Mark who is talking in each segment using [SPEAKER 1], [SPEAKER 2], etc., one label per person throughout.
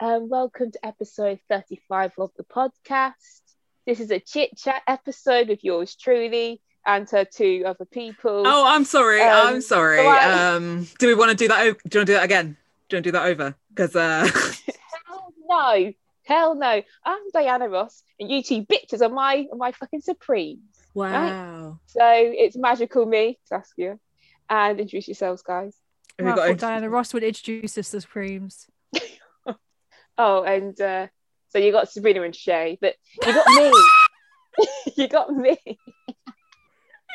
[SPEAKER 1] Um, welcome to episode 35 of the podcast. This is a chit chat episode with yours truly and her two other people.
[SPEAKER 2] Oh, I'm sorry.
[SPEAKER 1] Um,
[SPEAKER 2] I'm sorry.
[SPEAKER 1] so I-
[SPEAKER 2] Um, do we want to do that? o- Do you want to do that again? Do you want to do that over? Because uh,
[SPEAKER 1] Hell no. Hell no. I'm Diana Ross and you two bitches are my are my fucking supremes.
[SPEAKER 2] wow,
[SPEAKER 1] So it's magical me, Saskia. And introduce yourselves, guys.
[SPEAKER 2] Have we
[SPEAKER 3] Well, I
[SPEAKER 2] got
[SPEAKER 3] thought
[SPEAKER 2] int-
[SPEAKER 3] Diana Ross would introduce us as creams.
[SPEAKER 1] Oh, and uh, so you got Sabrina and Shay, but you got me. you got me.
[SPEAKER 3] You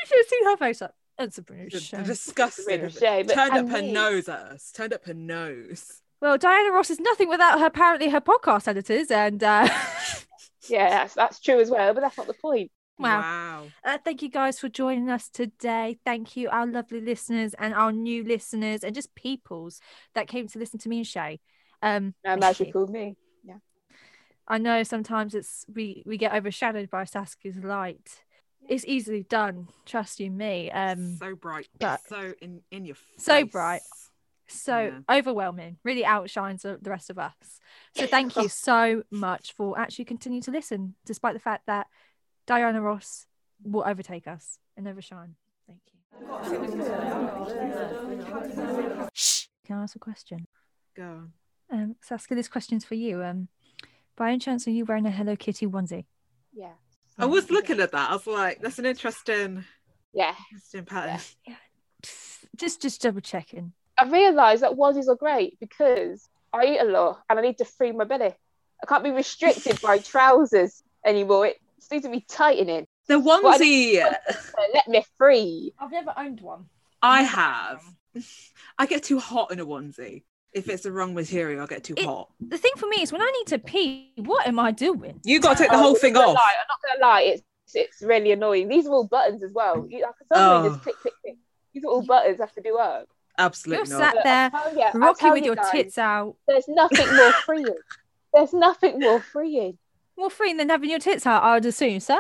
[SPEAKER 3] should have seen her face up. That's a
[SPEAKER 2] the-
[SPEAKER 3] British
[SPEAKER 2] the
[SPEAKER 3] show.
[SPEAKER 2] disgusting.
[SPEAKER 1] It's a shame, but-
[SPEAKER 2] Turned up
[SPEAKER 1] and
[SPEAKER 2] her
[SPEAKER 1] me.
[SPEAKER 2] nose at us. Turned up her nose.
[SPEAKER 3] Well, Diana Ross is nothing without her apparently her podcast editors and uh
[SPEAKER 1] Yeah, that's that's true as well, but that's not the point.
[SPEAKER 3] Wow.
[SPEAKER 2] wow.
[SPEAKER 3] Uh, thank you guys for joining us today. Thank you, our lovely listeners and our new listeners and just peoples that came to listen to me and Shay. Um,
[SPEAKER 1] No,
[SPEAKER 3] thank you.
[SPEAKER 1] Uh, magical me.
[SPEAKER 3] I know sometimes it's we we get overshadowed by Saskia's light. It's easily done, trust you me. Um,
[SPEAKER 2] so bright.
[SPEAKER 3] but-
[SPEAKER 2] so in in your face.
[SPEAKER 3] So bright. so
[SPEAKER 2] Yeah.
[SPEAKER 3] overwhelming really outshines the the rest of us so thank you so much for actually continuing to listen despite the fact that diana ross will overtake us and overshine thank you can i ask a question
[SPEAKER 2] Go on.
[SPEAKER 3] um saskia this question's for you um by any chance are you wearing a hello kitty onesie
[SPEAKER 1] Yeah.
[SPEAKER 2] I was looking at that. I was like, that's an interesting,
[SPEAKER 1] Yeah.
[SPEAKER 2] interesting pattern.
[SPEAKER 3] just just double checking
[SPEAKER 1] I realised that onesies are great because I eat a lot and I need to free my belly. I can't be restricted by trousers anymore. It just needs to be tightening.
[SPEAKER 2] The
[SPEAKER 1] I
[SPEAKER 2] onesie
[SPEAKER 1] So let me free.
[SPEAKER 3] i've never owned one
[SPEAKER 2] I have. I get too hot in a onesie. If it's the wrong material, I get too
[SPEAKER 3] It-
[SPEAKER 2] hot.
[SPEAKER 3] the thing for me is when i need to pee what am i doing
[SPEAKER 2] You got to take the
[SPEAKER 1] Oh,
[SPEAKER 2] whole
[SPEAKER 1] I'm
[SPEAKER 2] thing
[SPEAKER 1] not
[SPEAKER 2] off.
[SPEAKER 1] Lie, I'm not gonna lie, it's it's really annoying. These are all buttons as well. You, like, for some reason,
[SPEAKER 2] Oh.
[SPEAKER 1] just click, click, click. These are all buttons I have to do up.
[SPEAKER 2] Absolutely
[SPEAKER 3] You're
[SPEAKER 2] not.
[SPEAKER 3] sat there
[SPEAKER 1] Oh yeah, I'll
[SPEAKER 3] Rocky
[SPEAKER 1] tell
[SPEAKER 3] with
[SPEAKER 1] you
[SPEAKER 3] your
[SPEAKER 1] guys,
[SPEAKER 3] tits out.
[SPEAKER 1] There's nothing more freeing. There's nothing more freeing.
[SPEAKER 3] More free than having your tits out, I would assume so.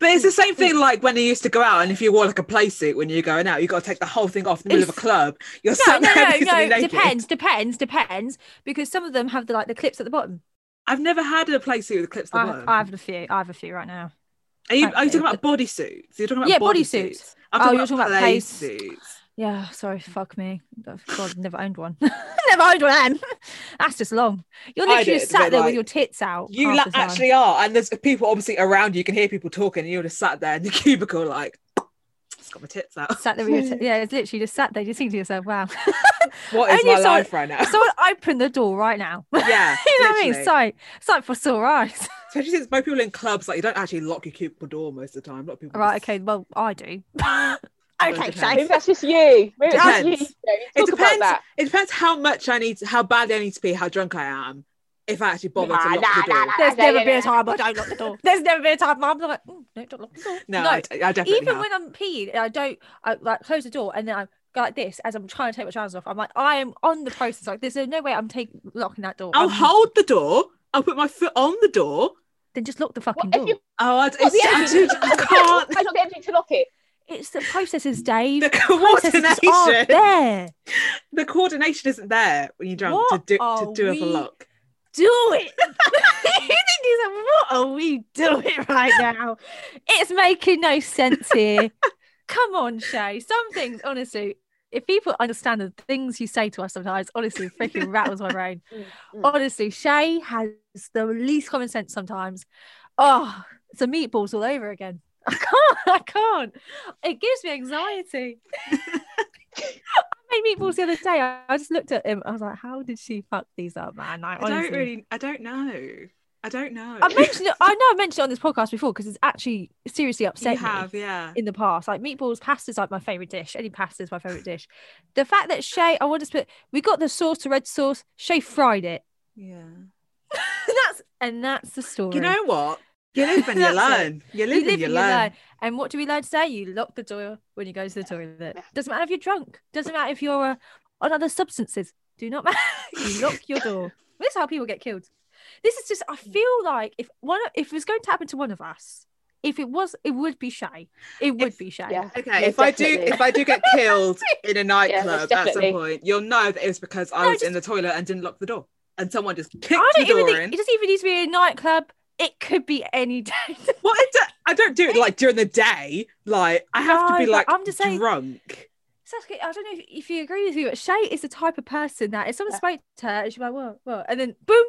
[SPEAKER 2] But it's the same thing like when you used to go out and if you wore like a play suit when you're going out, you got to take the whole thing off in the middle of a club. You're
[SPEAKER 3] No,
[SPEAKER 2] sat
[SPEAKER 3] no,
[SPEAKER 2] there
[SPEAKER 3] no,
[SPEAKER 2] basically
[SPEAKER 3] no.
[SPEAKER 2] naked.
[SPEAKER 3] Depends, depends, depends. Because some of them have the like the clips at the bottom.
[SPEAKER 2] I've never had a play suit with clips at the
[SPEAKER 3] I,
[SPEAKER 2] bottom.
[SPEAKER 3] I have a few. I have a few right now.
[SPEAKER 2] are, you, are you
[SPEAKER 3] okay,
[SPEAKER 2] talking about bodysuits? You're talking about
[SPEAKER 3] yeah,
[SPEAKER 2] body
[SPEAKER 3] bodysuits.
[SPEAKER 2] suits. I'm talking
[SPEAKER 3] Oh, you're
[SPEAKER 2] about
[SPEAKER 3] talking about
[SPEAKER 2] play
[SPEAKER 3] play-
[SPEAKER 2] suits.
[SPEAKER 3] Yeah, sorry, fuck me. Oh, God, never owned one. never owned one. then. That's just long. You're
[SPEAKER 2] I
[SPEAKER 3] literally just
[SPEAKER 2] did, but,
[SPEAKER 3] sat there
[SPEAKER 2] like,
[SPEAKER 3] with your tits out.
[SPEAKER 2] You
[SPEAKER 3] half
[SPEAKER 2] la-
[SPEAKER 3] the time.
[SPEAKER 2] actually are. And there's people obviously around you. You can hear people talking and you're just sat there in the cubicle like, it's got my tits out.
[SPEAKER 3] sat there with your t- yeah, it's literally just sat there. You think to yourself, wow.
[SPEAKER 2] What is
[SPEAKER 3] And you
[SPEAKER 2] my
[SPEAKER 3] saw-
[SPEAKER 2] life right now?
[SPEAKER 3] Someone open the door right now.
[SPEAKER 2] yeah.
[SPEAKER 3] you know what I mean?
[SPEAKER 2] literally.
[SPEAKER 3] Sight, sight for sore eyes.
[SPEAKER 2] Especially since most people in clubs, like you don't actually lock your cubicle door most of the time. A lot of people
[SPEAKER 3] Right,
[SPEAKER 2] just-
[SPEAKER 3] okay, well, I do. okay,
[SPEAKER 2] depends.
[SPEAKER 1] Maybe
[SPEAKER 3] Shay.
[SPEAKER 1] that's just you. Maybe that's you.
[SPEAKER 2] Depends.
[SPEAKER 1] Shay.
[SPEAKER 2] it
[SPEAKER 1] Talk about
[SPEAKER 2] depends.
[SPEAKER 1] that.
[SPEAKER 2] It depends how much I need, to, how badly I need to pee, how drunk I am. If I actually bother to
[SPEAKER 1] Nah,
[SPEAKER 2] lock
[SPEAKER 1] nah,
[SPEAKER 2] the door,
[SPEAKER 1] nah,
[SPEAKER 3] There's
[SPEAKER 1] Yeah,
[SPEAKER 3] never
[SPEAKER 1] yeah,
[SPEAKER 3] been
[SPEAKER 1] yeah.
[SPEAKER 3] a time I don't lock the door. There's never been a time I'm like, "Mm, no, don't lock the door.
[SPEAKER 2] no,
[SPEAKER 3] No,
[SPEAKER 2] I, I definitely
[SPEAKER 3] Even
[SPEAKER 2] have.
[SPEAKER 3] when I'm peeing, I don't I like close the door and then I go like this as I'm trying to take my trousers off. I'm like, I am on the process. Like, there's no way I'm taking locking that door.
[SPEAKER 2] I'll
[SPEAKER 3] I'm-
[SPEAKER 2] hold the door. I'll put my foot on the door.
[SPEAKER 3] Then just lock the
[SPEAKER 1] What
[SPEAKER 3] fucking
[SPEAKER 1] if
[SPEAKER 3] door.
[SPEAKER 1] you
[SPEAKER 2] Oh, I,
[SPEAKER 1] got the
[SPEAKER 2] it's, I,
[SPEAKER 1] energy?
[SPEAKER 2] just, I can't.
[SPEAKER 1] I've got the energy to lock it.
[SPEAKER 3] It's the processes, Dave.
[SPEAKER 2] The
[SPEAKER 3] processes are
[SPEAKER 2] coordination,
[SPEAKER 3] there.
[SPEAKER 2] the coordination isn't there when you're drunk
[SPEAKER 3] What
[SPEAKER 2] to do
[SPEAKER 3] are
[SPEAKER 2] to do up a
[SPEAKER 3] we-
[SPEAKER 2] lock.
[SPEAKER 3] Do it. you think he's like, what are we doing right now? It's making no sense here. Come on, Shay. Some things, honestly, if people understand the things you say to us sometimes, honestly, it freaking rattles my brain.
[SPEAKER 1] Mm, mm.
[SPEAKER 3] Honestly, Shay has the least common sense sometimes. Oh, it's a meatballs all over again. I can't, I can't. It gives me anxiety. I made meatballs the other day. I I just looked at him. I was like, how did she fuck these up, man? Like,
[SPEAKER 2] I
[SPEAKER 3] honestly.
[SPEAKER 2] don't really. I don't know. I don't know.
[SPEAKER 3] I mentioned it. I know I mentioned it on this podcast before because it's actually seriously
[SPEAKER 2] you
[SPEAKER 3] upset
[SPEAKER 2] have, yeah.
[SPEAKER 3] me in the past. Like meatballs, pasta's like my favorite dish. Any pasta is my favorite dish. The fact that Shay, I want to put, we got the sauce, the red sauce. Shay fried it.
[SPEAKER 2] Yeah.
[SPEAKER 3] that's and that's the story.
[SPEAKER 2] You know what? You live and you
[SPEAKER 3] That's it.
[SPEAKER 2] learn. You live,
[SPEAKER 3] you live
[SPEAKER 2] and you
[SPEAKER 3] and
[SPEAKER 2] learn.
[SPEAKER 3] And what do we learn today? You lock the door when you go to the toilet. Doesn't matter if you're drunk. Doesn't matter if you're uh, on other substances. Do not matter. you lock your door. This is how people get killed. This is just. I feel like if one, if it was going to happen to one of us, if it was, it would be Shay. It would
[SPEAKER 2] If-
[SPEAKER 3] be Shay.
[SPEAKER 1] Yeah.
[SPEAKER 2] Okay,
[SPEAKER 1] Yeah,
[SPEAKER 2] if I
[SPEAKER 1] definitely.
[SPEAKER 2] do if I do get killed in a nightclub at some
[SPEAKER 1] definitely.
[SPEAKER 2] point, you'll know that it was because I
[SPEAKER 3] No,
[SPEAKER 2] was
[SPEAKER 3] just-
[SPEAKER 2] in the toilet and didn't lock the door. and someone just kicked
[SPEAKER 3] I
[SPEAKER 2] the
[SPEAKER 3] don't even
[SPEAKER 2] door
[SPEAKER 3] think
[SPEAKER 2] in.
[SPEAKER 3] it doesn't even need to be a nightclub. It could be any day.
[SPEAKER 2] Well, it do- I don't do it like during the day. Like I have to
[SPEAKER 3] No,
[SPEAKER 2] be
[SPEAKER 3] but
[SPEAKER 2] like
[SPEAKER 3] I'm just saying-
[SPEAKER 2] drunk.
[SPEAKER 3] Sasuke, I don't know if, if you agree with me, but Shay is the type of person that if someone
[SPEAKER 1] Yeah.
[SPEAKER 3] spoke to her, and she'd be like, "What? What?" and then boom,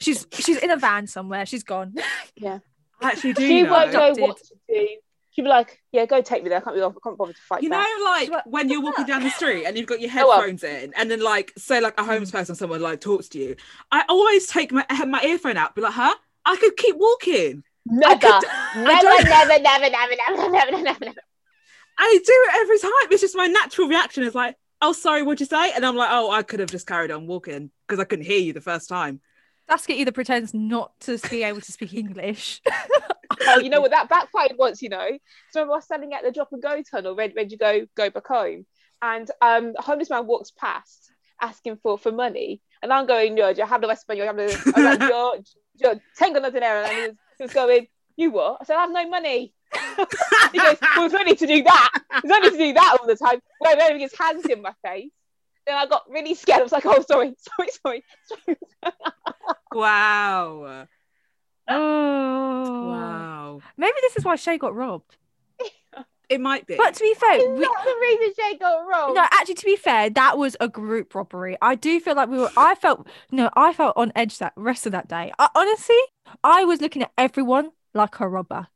[SPEAKER 3] she's she's in a van somewhere. She's gone.
[SPEAKER 2] I actually do.
[SPEAKER 1] She
[SPEAKER 2] know.
[SPEAKER 1] won't know
[SPEAKER 3] Adopted.
[SPEAKER 1] what to do. She'd be like, "Yeah, go take me there. I can't be. I can't bother to fight
[SPEAKER 2] You know,
[SPEAKER 1] back."
[SPEAKER 2] like
[SPEAKER 3] What
[SPEAKER 2] when
[SPEAKER 3] the
[SPEAKER 2] you're walking
[SPEAKER 3] fuck?
[SPEAKER 2] down the street and you've got your
[SPEAKER 1] Oh, well.
[SPEAKER 2] headphones in, and then like say like a
[SPEAKER 3] Mm.
[SPEAKER 2] homeless person, someone like talks to you. I always take my my earphone out, be like, huh? I could keep walking. I
[SPEAKER 1] Never,
[SPEAKER 2] could.
[SPEAKER 1] never, never, never, never, never, never, never, never, never.
[SPEAKER 2] I do it every time. It's just my natural reaction is like, oh, sorry, what'd you say? And I'm like, oh, I could have just carried on walking because I couldn't hear you the first time.
[SPEAKER 3] Sasuke either pretends not to be able to speak English.
[SPEAKER 1] Oh, you know what? That backfired once. You know, so remember I was standing at the drop and go tunnel, ready, ready to go, go back home, and um, a homeless man walks past asking for for money, and I'm going, "Yo, yo hablo español, hablo, I'm like, yo, yo tengo no dinero," and he was, he was going, "You what?" I said, "I have no money." He goes, well, it's only to do that. It's only to do that all the time. Wearing wearing his hands in my face. Then I got really scared. I was like, oh, sorry, sorry, sorry. sorry.
[SPEAKER 2] wow.
[SPEAKER 3] oh,
[SPEAKER 2] Wow.
[SPEAKER 3] maybe this is why Shay got robbed.
[SPEAKER 2] It might be.
[SPEAKER 3] But to be fair,
[SPEAKER 1] It's
[SPEAKER 3] we,
[SPEAKER 1] not the reason Jay got wrong.
[SPEAKER 3] No, actually, to be fair, that was a group robbery. I do feel like we were. I felt no, I felt on edge that rest of that day. I, honestly, I was looking at everyone like a robber.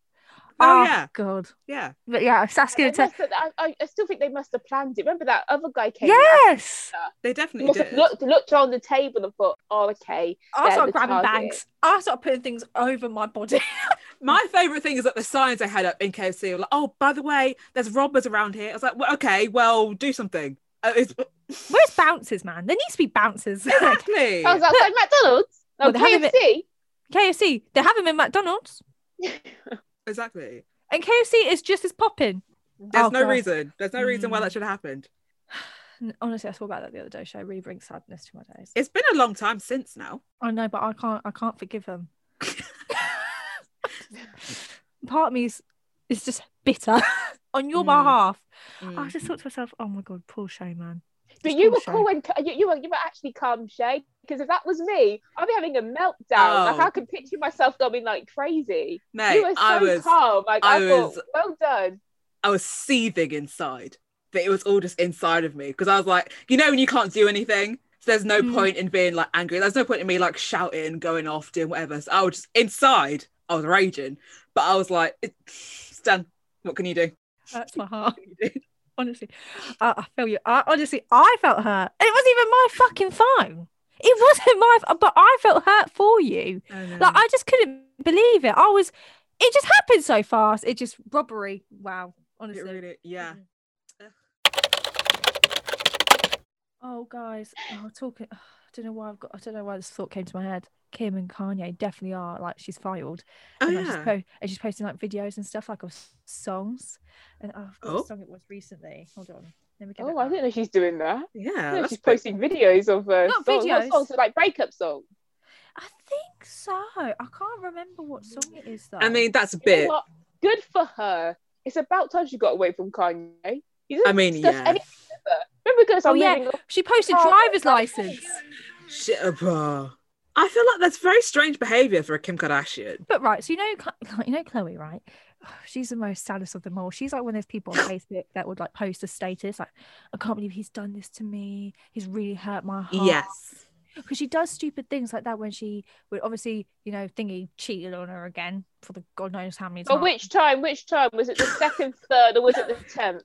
[SPEAKER 2] oh, yeah.
[SPEAKER 3] god.
[SPEAKER 2] Yeah.
[SPEAKER 3] But yeah, Saskia.
[SPEAKER 1] They
[SPEAKER 3] Te-
[SPEAKER 1] must have- I, I- I still think they must have planned it. Remember that other guy came?
[SPEAKER 3] yes,
[SPEAKER 2] They
[SPEAKER 1] He
[SPEAKER 2] definitely
[SPEAKER 1] must have
[SPEAKER 2] did.
[SPEAKER 1] looked, looked on the table and thought, oh, okay.
[SPEAKER 3] I
[SPEAKER 1] Yeah,
[SPEAKER 3] started
[SPEAKER 1] the
[SPEAKER 3] grabbing
[SPEAKER 1] target.
[SPEAKER 3] bags. I started putting things over my body.
[SPEAKER 2] My favorite thing is that the signs they had up in KFC were like, oh, by the way, there's robbers around here. I was like, well, okay, well, do something. Uh, it's,
[SPEAKER 3] Where's bouncers, man? There needs to be bouncers.
[SPEAKER 2] exactly.
[SPEAKER 1] I was outside McDonald's. No,
[SPEAKER 3] Well, they haven't been-
[SPEAKER 1] KFC.
[SPEAKER 3] KFC. They have them in McDonald's,
[SPEAKER 2] exactly.
[SPEAKER 3] and KFC is just as popping.
[SPEAKER 2] There's
[SPEAKER 3] Oh,
[SPEAKER 2] no
[SPEAKER 3] God.
[SPEAKER 2] reason. There's no reason why
[SPEAKER 3] Mm.
[SPEAKER 2] that should have happened.
[SPEAKER 3] N- Honestly, I saw about that the other day. Show really brings sadness to my days.
[SPEAKER 2] It's been a long time since now.
[SPEAKER 3] I know, but I can't. I can't forgive him. Part of me is, is just bitter on your
[SPEAKER 2] Mm.
[SPEAKER 3] behalf. I
[SPEAKER 2] Mm.
[SPEAKER 3] just thought to myself, "Oh my god, poor Shay, man."
[SPEAKER 1] But
[SPEAKER 3] It's
[SPEAKER 1] you
[SPEAKER 3] poor
[SPEAKER 1] were
[SPEAKER 3] Shay.
[SPEAKER 1] cool when you, you were you were actually calm, Shay. Because if that was me, I'd be having a meltdown. Like
[SPEAKER 2] Oh.
[SPEAKER 1] I could picture myself going like crazy.
[SPEAKER 2] Mate,
[SPEAKER 1] you were so
[SPEAKER 2] I was
[SPEAKER 1] calm. Like I,
[SPEAKER 2] I
[SPEAKER 1] thought,
[SPEAKER 2] was-
[SPEAKER 1] well done.
[SPEAKER 2] I was seething inside, but it was all just inside of me because I was like, you know, when you can't do anything, so there's no
[SPEAKER 3] Mm.
[SPEAKER 2] point in being like angry. There's no point in me like shouting, going off, doing whatever. So I was just inside. I was raging, but I was like, it- it's done. What can you do?
[SPEAKER 3] Hurts my heart.
[SPEAKER 2] What can you do?
[SPEAKER 3] Honestly, I, I feel you. I, honestly, I felt hurt, and it wasn't even my fucking phone. It wasn't my, f- but I felt hurt for you. Like I just couldn't believe it. I was. It just happened so fast. It just robbery. Wow. Honestly.
[SPEAKER 2] It really, yeah.
[SPEAKER 3] Oh, guys, oh, talking. I don't know why I've got. I don't know why this thought came to my head. Kim and Kanye definitely are like she's filed,
[SPEAKER 2] Oh
[SPEAKER 3] Mm-hmm. and, like, she's
[SPEAKER 2] yeah.
[SPEAKER 3] po- and she's posting like videos and stuff like of s- songs. And oh, I've got
[SPEAKER 2] Oh.
[SPEAKER 3] a song it was recently. Hold on, let me get it.
[SPEAKER 1] Oh, I
[SPEAKER 3] up.
[SPEAKER 1] didn't know she's doing that.
[SPEAKER 2] yeah.
[SPEAKER 1] I didn't know
[SPEAKER 2] that's
[SPEAKER 1] she's
[SPEAKER 2] pretty-
[SPEAKER 1] posting videos of uh,
[SPEAKER 3] Not
[SPEAKER 1] songs, not
[SPEAKER 3] videos.
[SPEAKER 1] songs, but, like breakup songs.
[SPEAKER 3] I think so. I can't remember what song it is though.
[SPEAKER 2] I mean, that's a
[SPEAKER 1] You know
[SPEAKER 2] bit.
[SPEAKER 1] what? Good for her. It's about time she got away from Kanye. He doesn't
[SPEAKER 2] I mean,
[SPEAKER 1] discuss
[SPEAKER 2] yeah.
[SPEAKER 1] anything with her. Remember, because
[SPEAKER 3] Oh,
[SPEAKER 1] I'm
[SPEAKER 3] yeah.
[SPEAKER 1] moving on.
[SPEAKER 3] she posted
[SPEAKER 1] Oh,
[SPEAKER 3] driver's
[SPEAKER 1] okay.
[SPEAKER 3] license,
[SPEAKER 2] Shit, uh, bruh. I feel like that's very strange behavior for a Kim Kardashian.
[SPEAKER 3] but right. So you know, Ka- you know Chloe, right? She's the most saddest of them all. She's like one of those people on Facebook that would like post a status like, "I can't believe he's done this to me. He's really hurt my heart."
[SPEAKER 2] Yes.
[SPEAKER 3] because she does stupid things like that when she would obviously, you know, thingy cheated on her again for the god knows how many times.
[SPEAKER 1] But which time? Which time? Was it the second, third, or was it the tenth?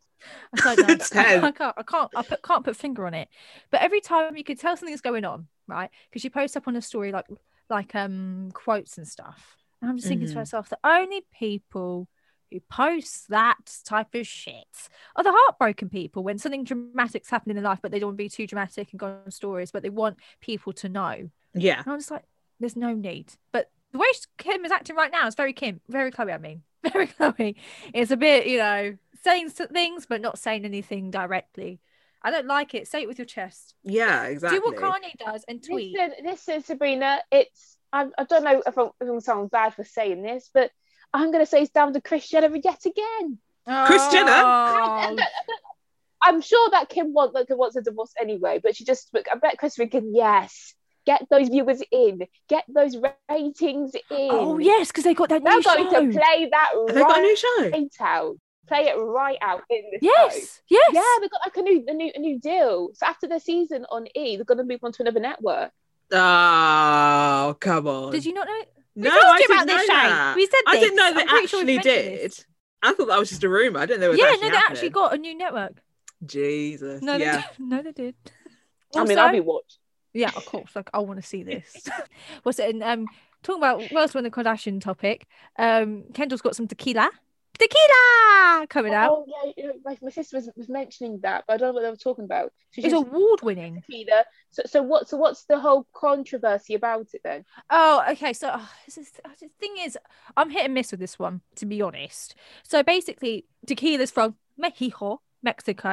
[SPEAKER 3] I don't know.
[SPEAKER 2] It's ten.
[SPEAKER 3] I can't, I can't, I put, can't put finger on it. But every time you could tell something's going on, right? Because she posts up on a story like, like um quotes and stuff. And I'm just thinking to
[SPEAKER 2] Mhm.
[SPEAKER 3] myself, the only people who post that type of shit are the heartbroken people when something dramatic's happened in their life, but they don't want to be too dramatic and go on stories, but they want people to know.
[SPEAKER 2] Yeah.
[SPEAKER 3] And I'm just like, there's no need. But the way sh- Kim is acting right now is very Kim, very Chloe, I mean, very Chloe. It's a bit, you know, saying s- things, but not saying anything directly. I don't like it. Say it with your chest.
[SPEAKER 2] Yeah. Exactly.
[SPEAKER 3] Do what Kanye does and tweet.
[SPEAKER 1] Listen, listen, Sabrina. It's I, I don't know if I'm, if I'm sounding bad for saying this, but I'm going to say it's down to Chris Jenner yet again.
[SPEAKER 2] Kris Jenner?
[SPEAKER 3] Oh,
[SPEAKER 1] I'm sure that Kim want, like, wants a divorce anyway, but she just, but I bet Chris thinking, yes, Get those viewers in. Get those ratings in.
[SPEAKER 3] Oh yes, because they got that
[SPEAKER 1] We're
[SPEAKER 3] new
[SPEAKER 1] going
[SPEAKER 3] show.
[SPEAKER 1] to play that
[SPEAKER 2] Have they got a
[SPEAKER 1] right
[SPEAKER 2] new show?
[SPEAKER 1] out. Play it right out in this show.
[SPEAKER 3] yes, yes.
[SPEAKER 1] Yeah, they got like a new, a new, a new deal. So after the season on E, they're going to move on to another network.
[SPEAKER 2] Oh, come on.
[SPEAKER 3] Did you not know?
[SPEAKER 2] No,
[SPEAKER 3] we
[SPEAKER 2] I
[SPEAKER 3] talked
[SPEAKER 2] didn't
[SPEAKER 3] about
[SPEAKER 2] know
[SPEAKER 3] this,
[SPEAKER 2] that.
[SPEAKER 3] Shane. We said
[SPEAKER 2] I didn't
[SPEAKER 3] this.
[SPEAKER 2] know they
[SPEAKER 3] I'm pretty sure
[SPEAKER 2] actually
[SPEAKER 3] we've mentioned
[SPEAKER 2] did.
[SPEAKER 3] this.
[SPEAKER 2] I thought that was just a rumor. I didn't know. It was
[SPEAKER 3] Yeah,
[SPEAKER 2] actually
[SPEAKER 3] no, they actually
[SPEAKER 2] happening.
[SPEAKER 3] got a new network.
[SPEAKER 2] Jesus.
[SPEAKER 3] No,
[SPEAKER 2] yeah.
[SPEAKER 3] they did. no, they did.
[SPEAKER 1] I mean,
[SPEAKER 3] Also-
[SPEAKER 1] I'll be watched.
[SPEAKER 3] Yeah, of course. Like, I want to see this. What's it? And um, talking about whilst we're on the Kardashian topic, um, Kendall's got some tequila, tequila coming out.
[SPEAKER 1] Oh yeah, you know, my, my sister was, was mentioning that, but I don't know what they were talking about. So
[SPEAKER 3] It's
[SPEAKER 1] she's-
[SPEAKER 3] award winning.
[SPEAKER 1] Peter. So, so what? So what's the whole controversy about it then?
[SPEAKER 3] Oh, okay. So oh, this is, oh, the thing is, I'm hit and miss with this one, to be honest. So basically, tequila's from Mexico, Mexico,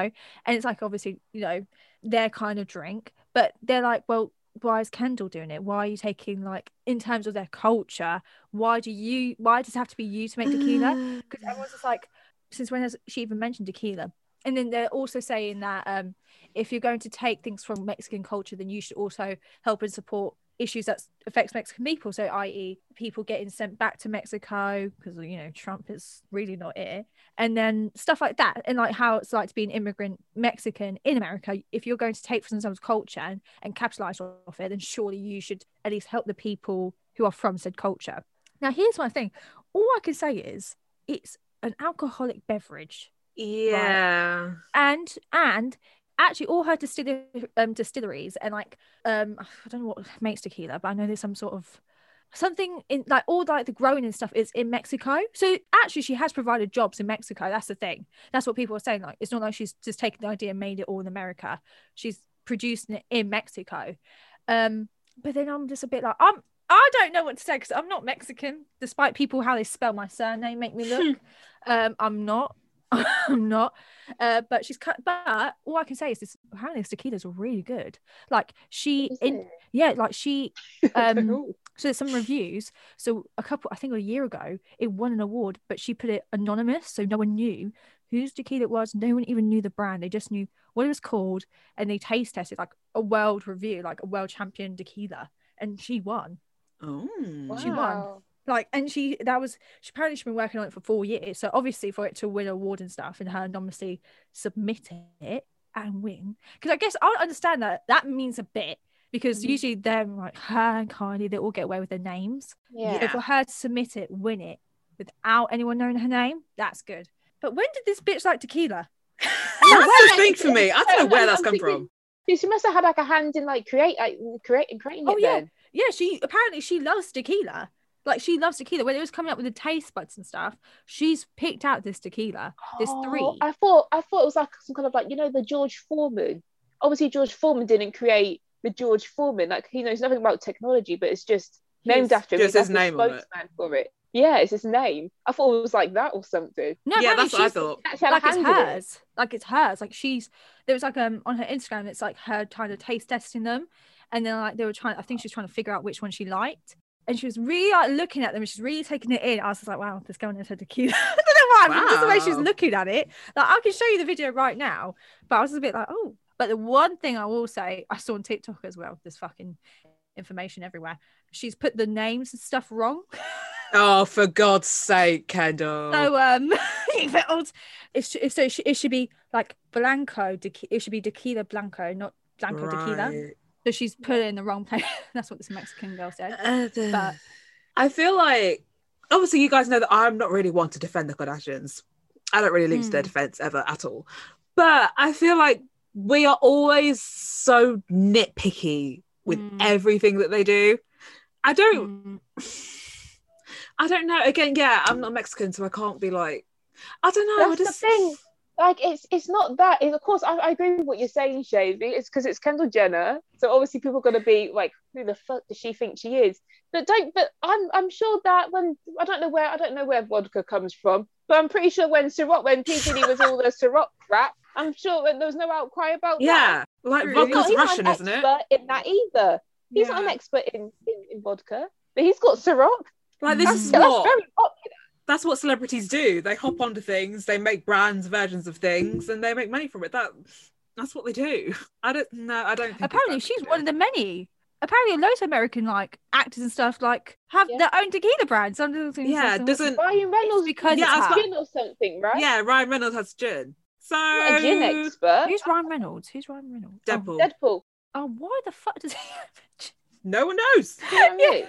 [SPEAKER 3] and it's like obviously, you know, their kind of drink. But they're like, well, why is Kendall doing it? Why are you taking like in terms of their culture? Why do you? Why does it have to be you to make tequila? because everyone's just like, since when has she even mentioned tequila? And then they're also saying that um, if you're going to take things from Mexican culture, then you should also help and support issues that affects Mexican people. So, i.e., people getting sent back to Mexico because you know Trump is really not here, and then stuff like that, and like how it's like to be an immigrant Mexican in America. If you're going to take from someone's culture and, and capitalize off it, then surely you should at least help the people who are from said culture. Now, here's my thing. All I can say is it's an alcoholic beverage
[SPEAKER 2] Yeah.
[SPEAKER 3] and and actually all her distil- um, distilleries and like um i don't know what makes tequila but i know there's some sort of something in like all like the growing and stuff is in mexico so actually she has provided jobs in mexico that's the thing that's what people are saying like it's not like she's just taken the idea and made it all in america she's producing it in mexico um but then i'm just a bit like i'm i don't know what to say because i'm not mexican despite people how they spell my surname make me look
[SPEAKER 1] Hmm.
[SPEAKER 3] um i'm not i'm not uh, but she's cut. But all I can say is this: apparently, this tequila's really good. Like she,
[SPEAKER 1] Is
[SPEAKER 3] in,
[SPEAKER 1] it?
[SPEAKER 3] yeah, like she.
[SPEAKER 1] I don't
[SPEAKER 3] Um,
[SPEAKER 1] know.
[SPEAKER 3] So there's some reviews. So a couple, I think a year ago, it won an award, but she put it anonymous, so no one knew whose tequila it was. No one even knew the brand. They just knew what it was called, and they taste tested like a world review, like a world champion tequila, and she won.
[SPEAKER 2] Oh.
[SPEAKER 3] she won.
[SPEAKER 1] Wow.
[SPEAKER 3] Like, and she that was she apparently she's been working on it for four years. So obviously for it to win an award and stuff and her anonymously submit it and win. Because I guess I'll understand that that means a bit because
[SPEAKER 1] Mhm.
[SPEAKER 3] usually them like her and Kylie, they all get away with their names.
[SPEAKER 1] Yeah.
[SPEAKER 3] So for her to submit it, win it without anyone knowing her name, that's good. But when did this bitch like tequila?
[SPEAKER 2] That's the
[SPEAKER 1] Yeah.
[SPEAKER 2] thing for me. I don't know where
[SPEAKER 1] I'm-
[SPEAKER 2] that's
[SPEAKER 1] I'm
[SPEAKER 2] come
[SPEAKER 1] thinking-
[SPEAKER 2] from.
[SPEAKER 1] She- She must have had like a hand in like create, like creating, creating
[SPEAKER 3] Oh,
[SPEAKER 1] it.
[SPEAKER 3] yeah.
[SPEAKER 1] Then.
[SPEAKER 3] yeah, she apparently she loves tequila. Like she loves tequila. When it was coming up with the taste buds and stuff, she's picked out this tequila. There's
[SPEAKER 1] Oh,
[SPEAKER 3] three.
[SPEAKER 1] I thought, I thought it was like some kind of like you know the George Foreman. Obviously, George Foreman didn't create the George Foreman. Like he knows nothing about technology, but it's just named
[SPEAKER 3] He's-
[SPEAKER 1] after him.
[SPEAKER 2] Just
[SPEAKER 1] He's
[SPEAKER 2] his
[SPEAKER 1] like the
[SPEAKER 2] name on it.
[SPEAKER 1] spokesman for it. Yeah, it's his name. I thought it was like that or something.
[SPEAKER 3] No,
[SPEAKER 2] yeah,
[SPEAKER 3] apparently
[SPEAKER 2] that's what I
[SPEAKER 3] she's-
[SPEAKER 2] thought.
[SPEAKER 1] Actually, had
[SPEAKER 3] Like
[SPEAKER 1] a
[SPEAKER 3] it's
[SPEAKER 1] hand in it.
[SPEAKER 3] hers. Like it's hers. Like she's there was like um on her Instagram, it's like her trying to taste testing them. And then like they were trying I think she was trying to figure out which one she liked. And she was really like looking at them and she's really taking it in. I was just like, wow, this girl knows how to cute. I don't know why, but just the way she was
[SPEAKER 2] Wow.
[SPEAKER 3] looking at it. Like I can show you the video right now, but I was just a bit like, oh. But the one thing I will say, I saw on TikTok as well, this fucking information everywhere. She's put the names and stuff wrong.
[SPEAKER 2] Oh, for God's sake, Kendall.
[SPEAKER 3] So um, if it old, it should, so it should, it should be like Blanco. Tequi- It should be tequila Blanco, not Blanco tequila.
[SPEAKER 2] Right.
[SPEAKER 3] So she's put it in the wrong place. That's what this Mexican girl said.
[SPEAKER 2] Uh, the-
[SPEAKER 3] But-
[SPEAKER 2] I feel like obviously you guys know that I'm not really one to defend the Kardashians. I don't really lean to their
[SPEAKER 3] Hmm.
[SPEAKER 2] defense ever at all. But I feel like we are always so nitpicky with
[SPEAKER 3] Hmm.
[SPEAKER 2] everything that they do. I
[SPEAKER 1] Hmm.
[SPEAKER 2] don't
[SPEAKER 3] Mm.
[SPEAKER 2] I don't know. Again, yeah, I'm not Mexican, so I can't be like I don't know.
[SPEAKER 1] That's
[SPEAKER 2] I
[SPEAKER 1] the
[SPEAKER 2] just,
[SPEAKER 1] thing. Like it's it's not that. It's, of course, I, I agree with what you're saying, Shavy. It's because it's Kendall Jenner, so obviously people are gonna be like, "Who the fuck does she think she is?" But don't. But I'm I'm sure that when I don't know where I don't know where vodka comes from, but I'm pretty sure when Syrah when P Diddy was all the Syrah crap, I'm sure that there was no outcry about that.
[SPEAKER 2] Yeah, like
[SPEAKER 3] Really?
[SPEAKER 1] He's not-
[SPEAKER 2] vodka's
[SPEAKER 1] he's not
[SPEAKER 2] Russian,
[SPEAKER 1] an
[SPEAKER 2] isn't it?
[SPEAKER 1] expert in that either. He's not an
[SPEAKER 2] Yeah.
[SPEAKER 1] expert in, in, in vodka, but he's got Syrah.
[SPEAKER 2] Like this
[SPEAKER 3] That's-
[SPEAKER 2] is
[SPEAKER 1] Yeah, that's
[SPEAKER 2] what
[SPEAKER 1] very popular.
[SPEAKER 2] that's what celebrities do. They hop onto things, they make brands, versions of things, and they make money from it. That that's what they do. I don't know. I don't. Think
[SPEAKER 3] Apparently, she's one of the many. apparently loads of American like actors and stuff like have
[SPEAKER 1] Yeah.
[SPEAKER 3] their own tequila brands. I'm just thinking,
[SPEAKER 2] Yeah,
[SPEAKER 3] so-
[SPEAKER 2] doesn't
[SPEAKER 1] Ryan Reynolds
[SPEAKER 3] because
[SPEAKER 2] Yeah,
[SPEAKER 3] it's
[SPEAKER 2] I was
[SPEAKER 1] gin or something, right?
[SPEAKER 2] yeah Ryan Reynolds has gin. So
[SPEAKER 1] I'm not a gin
[SPEAKER 2] Um,
[SPEAKER 1] expert.
[SPEAKER 3] Who's Ryan Reynolds? Who's Ryan Reynolds? Oh,
[SPEAKER 2] Deadpool.
[SPEAKER 1] Deadpool.
[SPEAKER 3] Oh, why the fuck does he? have a gin?
[SPEAKER 2] No one knows.
[SPEAKER 1] You know what I mean?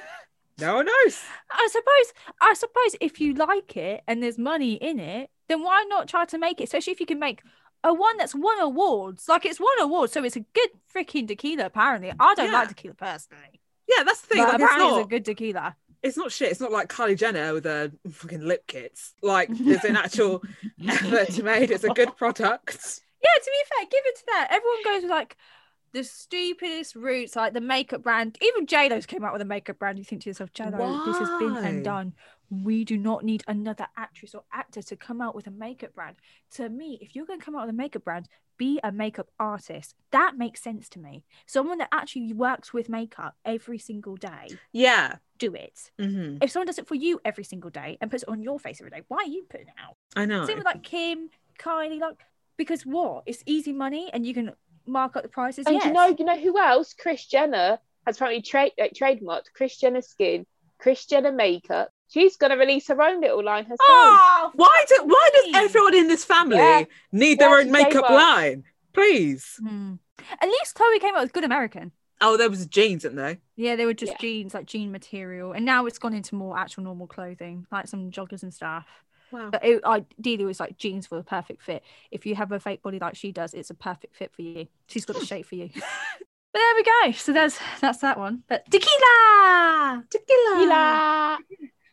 [SPEAKER 2] No one knows.
[SPEAKER 3] I suppose. I suppose if you like it and there's money in it, then why not try to make it? Especially if you can make a one that's won awards. Like it's won awards, so it's a good freaking tequila. Apparently, I don't
[SPEAKER 2] Yeah.
[SPEAKER 3] like tequila personally,
[SPEAKER 2] Yeah, that's the
[SPEAKER 3] but
[SPEAKER 2] thing. Like, it's
[SPEAKER 3] apparently it's a
[SPEAKER 2] not.
[SPEAKER 3] good tequila.
[SPEAKER 2] It's not shit. It's not like Kylie Jenner with her fucking lip kits. Like there's an actual effort made. It's a good product.
[SPEAKER 3] Yeah, to be fair, give it to that. Everyone goes with like the stupidest routes, like the makeup brand. Even JLo's came out with a makeup brand. You think to yourself, JLo, this has been
[SPEAKER 2] Why?
[SPEAKER 3] and done. We do not need another actress or actor to come out with a makeup brand. To me, if you're going to come out with a makeup brand, be a makeup artist. That makes sense to me. Someone that actually works with makeup every single day,
[SPEAKER 2] Yeah.
[SPEAKER 3] do it.
[SPEAKER 2] hmm
[SPEAKER 3] If someone does it for you every single day and puts it on your face every day, why are you putting it out?
[SPEAKER 2] I know.
[SPEAKER 3] Same with like Kim, Kylie, like because what? It's easy money and you can mark up the prices.
[SPEAKER 1] And
[SPEAKER 3] yes.
[SPEAKER 1] you know, you know who else? Chris Jenner has apparently trade uh, trademarked Chris Jenner skin, Chris Jenner makeup. She's gonna release her own little line herself.
[SPEAKER 3] oh,
[SPEAKER 2] why do why does
[SPEAKER 3] Please.
[SPEAKER 2] everyone in this family
[SPEAKER 1] Yeah.
[SPEAKER 2] need
[SPEAKER 1] Why
[SPEAKER 2] their
[SPEAKER 1] should
[SPEAKER 2] own
[SPEAKER 1] they
[SPEAKER 2] makeup
[SPEAKER 1] work?
[SPEAKER 2] line? Please.
[SPEAKER 3] Hmm. At least Chloe came out with good American.
[SPEAKER 2] Oh, there was jeans, didn't there?
[SPEAKER 3] Yeah, they were just
[SPEAKER 1] Yeah.
[SPEAKER 3] jeans, like jean material, and now it's gone into more actual normal clothing, like some joggers and stuff.
[SPEAKER 2] Wow.
[SPEAKER 3] But it, ideally, it was like jeans for the perfect fit. If you have a fake body like she does, it's a perfect fit for you. She's got a shape for you. but there we go. So there's that's that one. But tequila, tequila,
[SPEAKER 1] Tequila.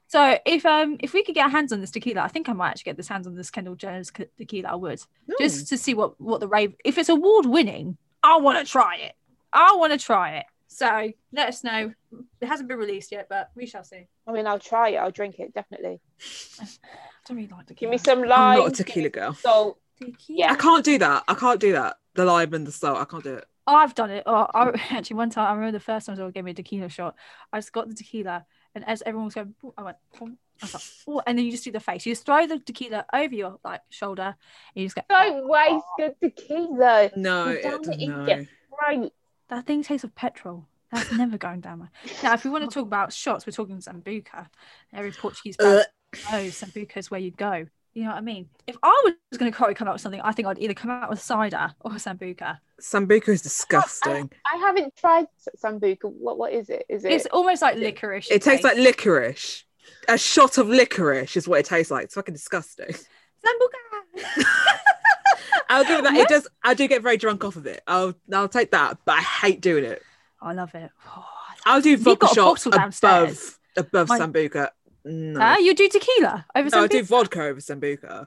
[SPEAKER 3] So if um if we could get our hands on this tequila, I think I might actually get this hands on this Kendall Jenner's c- tequila. I would
[SPEAKER 1] Hmm.
[SPEAKER 3] just to see what what the rave. If it's award winning, I want to try it. I want to try it. So let us know. It hasn't been released yet, but we shall see.
[SPEAKER 1] I mean, I'll try it. I'll drink it definitely.
[SPEAKER 3] I don't really like
[SPEAKER 1] Give
[SPEAKER 3] tequila.
[SPEAKER 1] me some
[SPEAKER 2] I'm
[SPEAKER 1] lime.
[SPEAKER 2] not a tequila girl.
[SPEAKER 1] So
[SPEAKER 3] tequila.
[SPEAKER 1] Yeah.
[SPEAKER 2] I can't do that. I can't do that. The lime and the salt. I can't do it.
[SPEAKER 3] I've done it. Oh, I actually one time I remember the first time someone gave me a tequila shot. I just got the tequila, and as everyone was going, "Ooh," I went, "Ooh," I was like, "Ooh," and then you just do the face. You just throw the tequila over your like shoulder, and you just go.
[SPEAKER 1] don't waste the tequila.
[SPEAKER 2] No,
[SPEAKER 1] You're
[SPEAKER 2] it,
[SPEAKER 1] down to
[SPEAKER 2] no.
[SPEAKER 1] Egypt. Right.
[SPEAKER 3] That thing tastes of petrol. That's never going down. my- Now, if we want to talk about shots, we're talking Zambuca. Every Portuguese
[SPEAKER 2] Ugh.
[SPEAKER 3] person knows Zambuca is where you go. You know what I mean? If I was going to come out with something, I think I'd either come out with cider or Sambuca.
[SPEAKER 2] Sambuca is disgusting.
[SPEAKER 1] I haven't tried s- sambuca. What what is it? Is it?
[SPEAKER 3] It's almost like licorice.
[SPEAKER 2] It tastes like
[SPEAKER 3] taste.
[SPEAKER 2] licorice. A shot of licorice is what it tastes like. It's fucking disgusting.
[SPEAKER 3] Sambuca.
[SPEAKER 2] I'll give it that.
[SPEAKER 3] What?
[SPEAKER 2] It does. I do get very drunk off of it. I'll I'll take that, but I hate doing it.
[SPEAKER 3] I love it. Oh, I
[SPEAKER 2] I'll do vodka
[SPEAKER 3] got a
[SPEAKER 2] shots
[SPEAKER 3] bottle
[SPEAKER 2] above
[SPEAKER 3] downstairs.
[SPEAKER 2] above
[SPEAKER 3] My-
[SPEAKER 2] sambuca. No,
[SPEAKER 3] Huh? you do tequila over
[SPEAKER 2] no I do
[SPEAKER 3] Sambuca? Eh,
[SPEAKER 2] vodka over sambuca.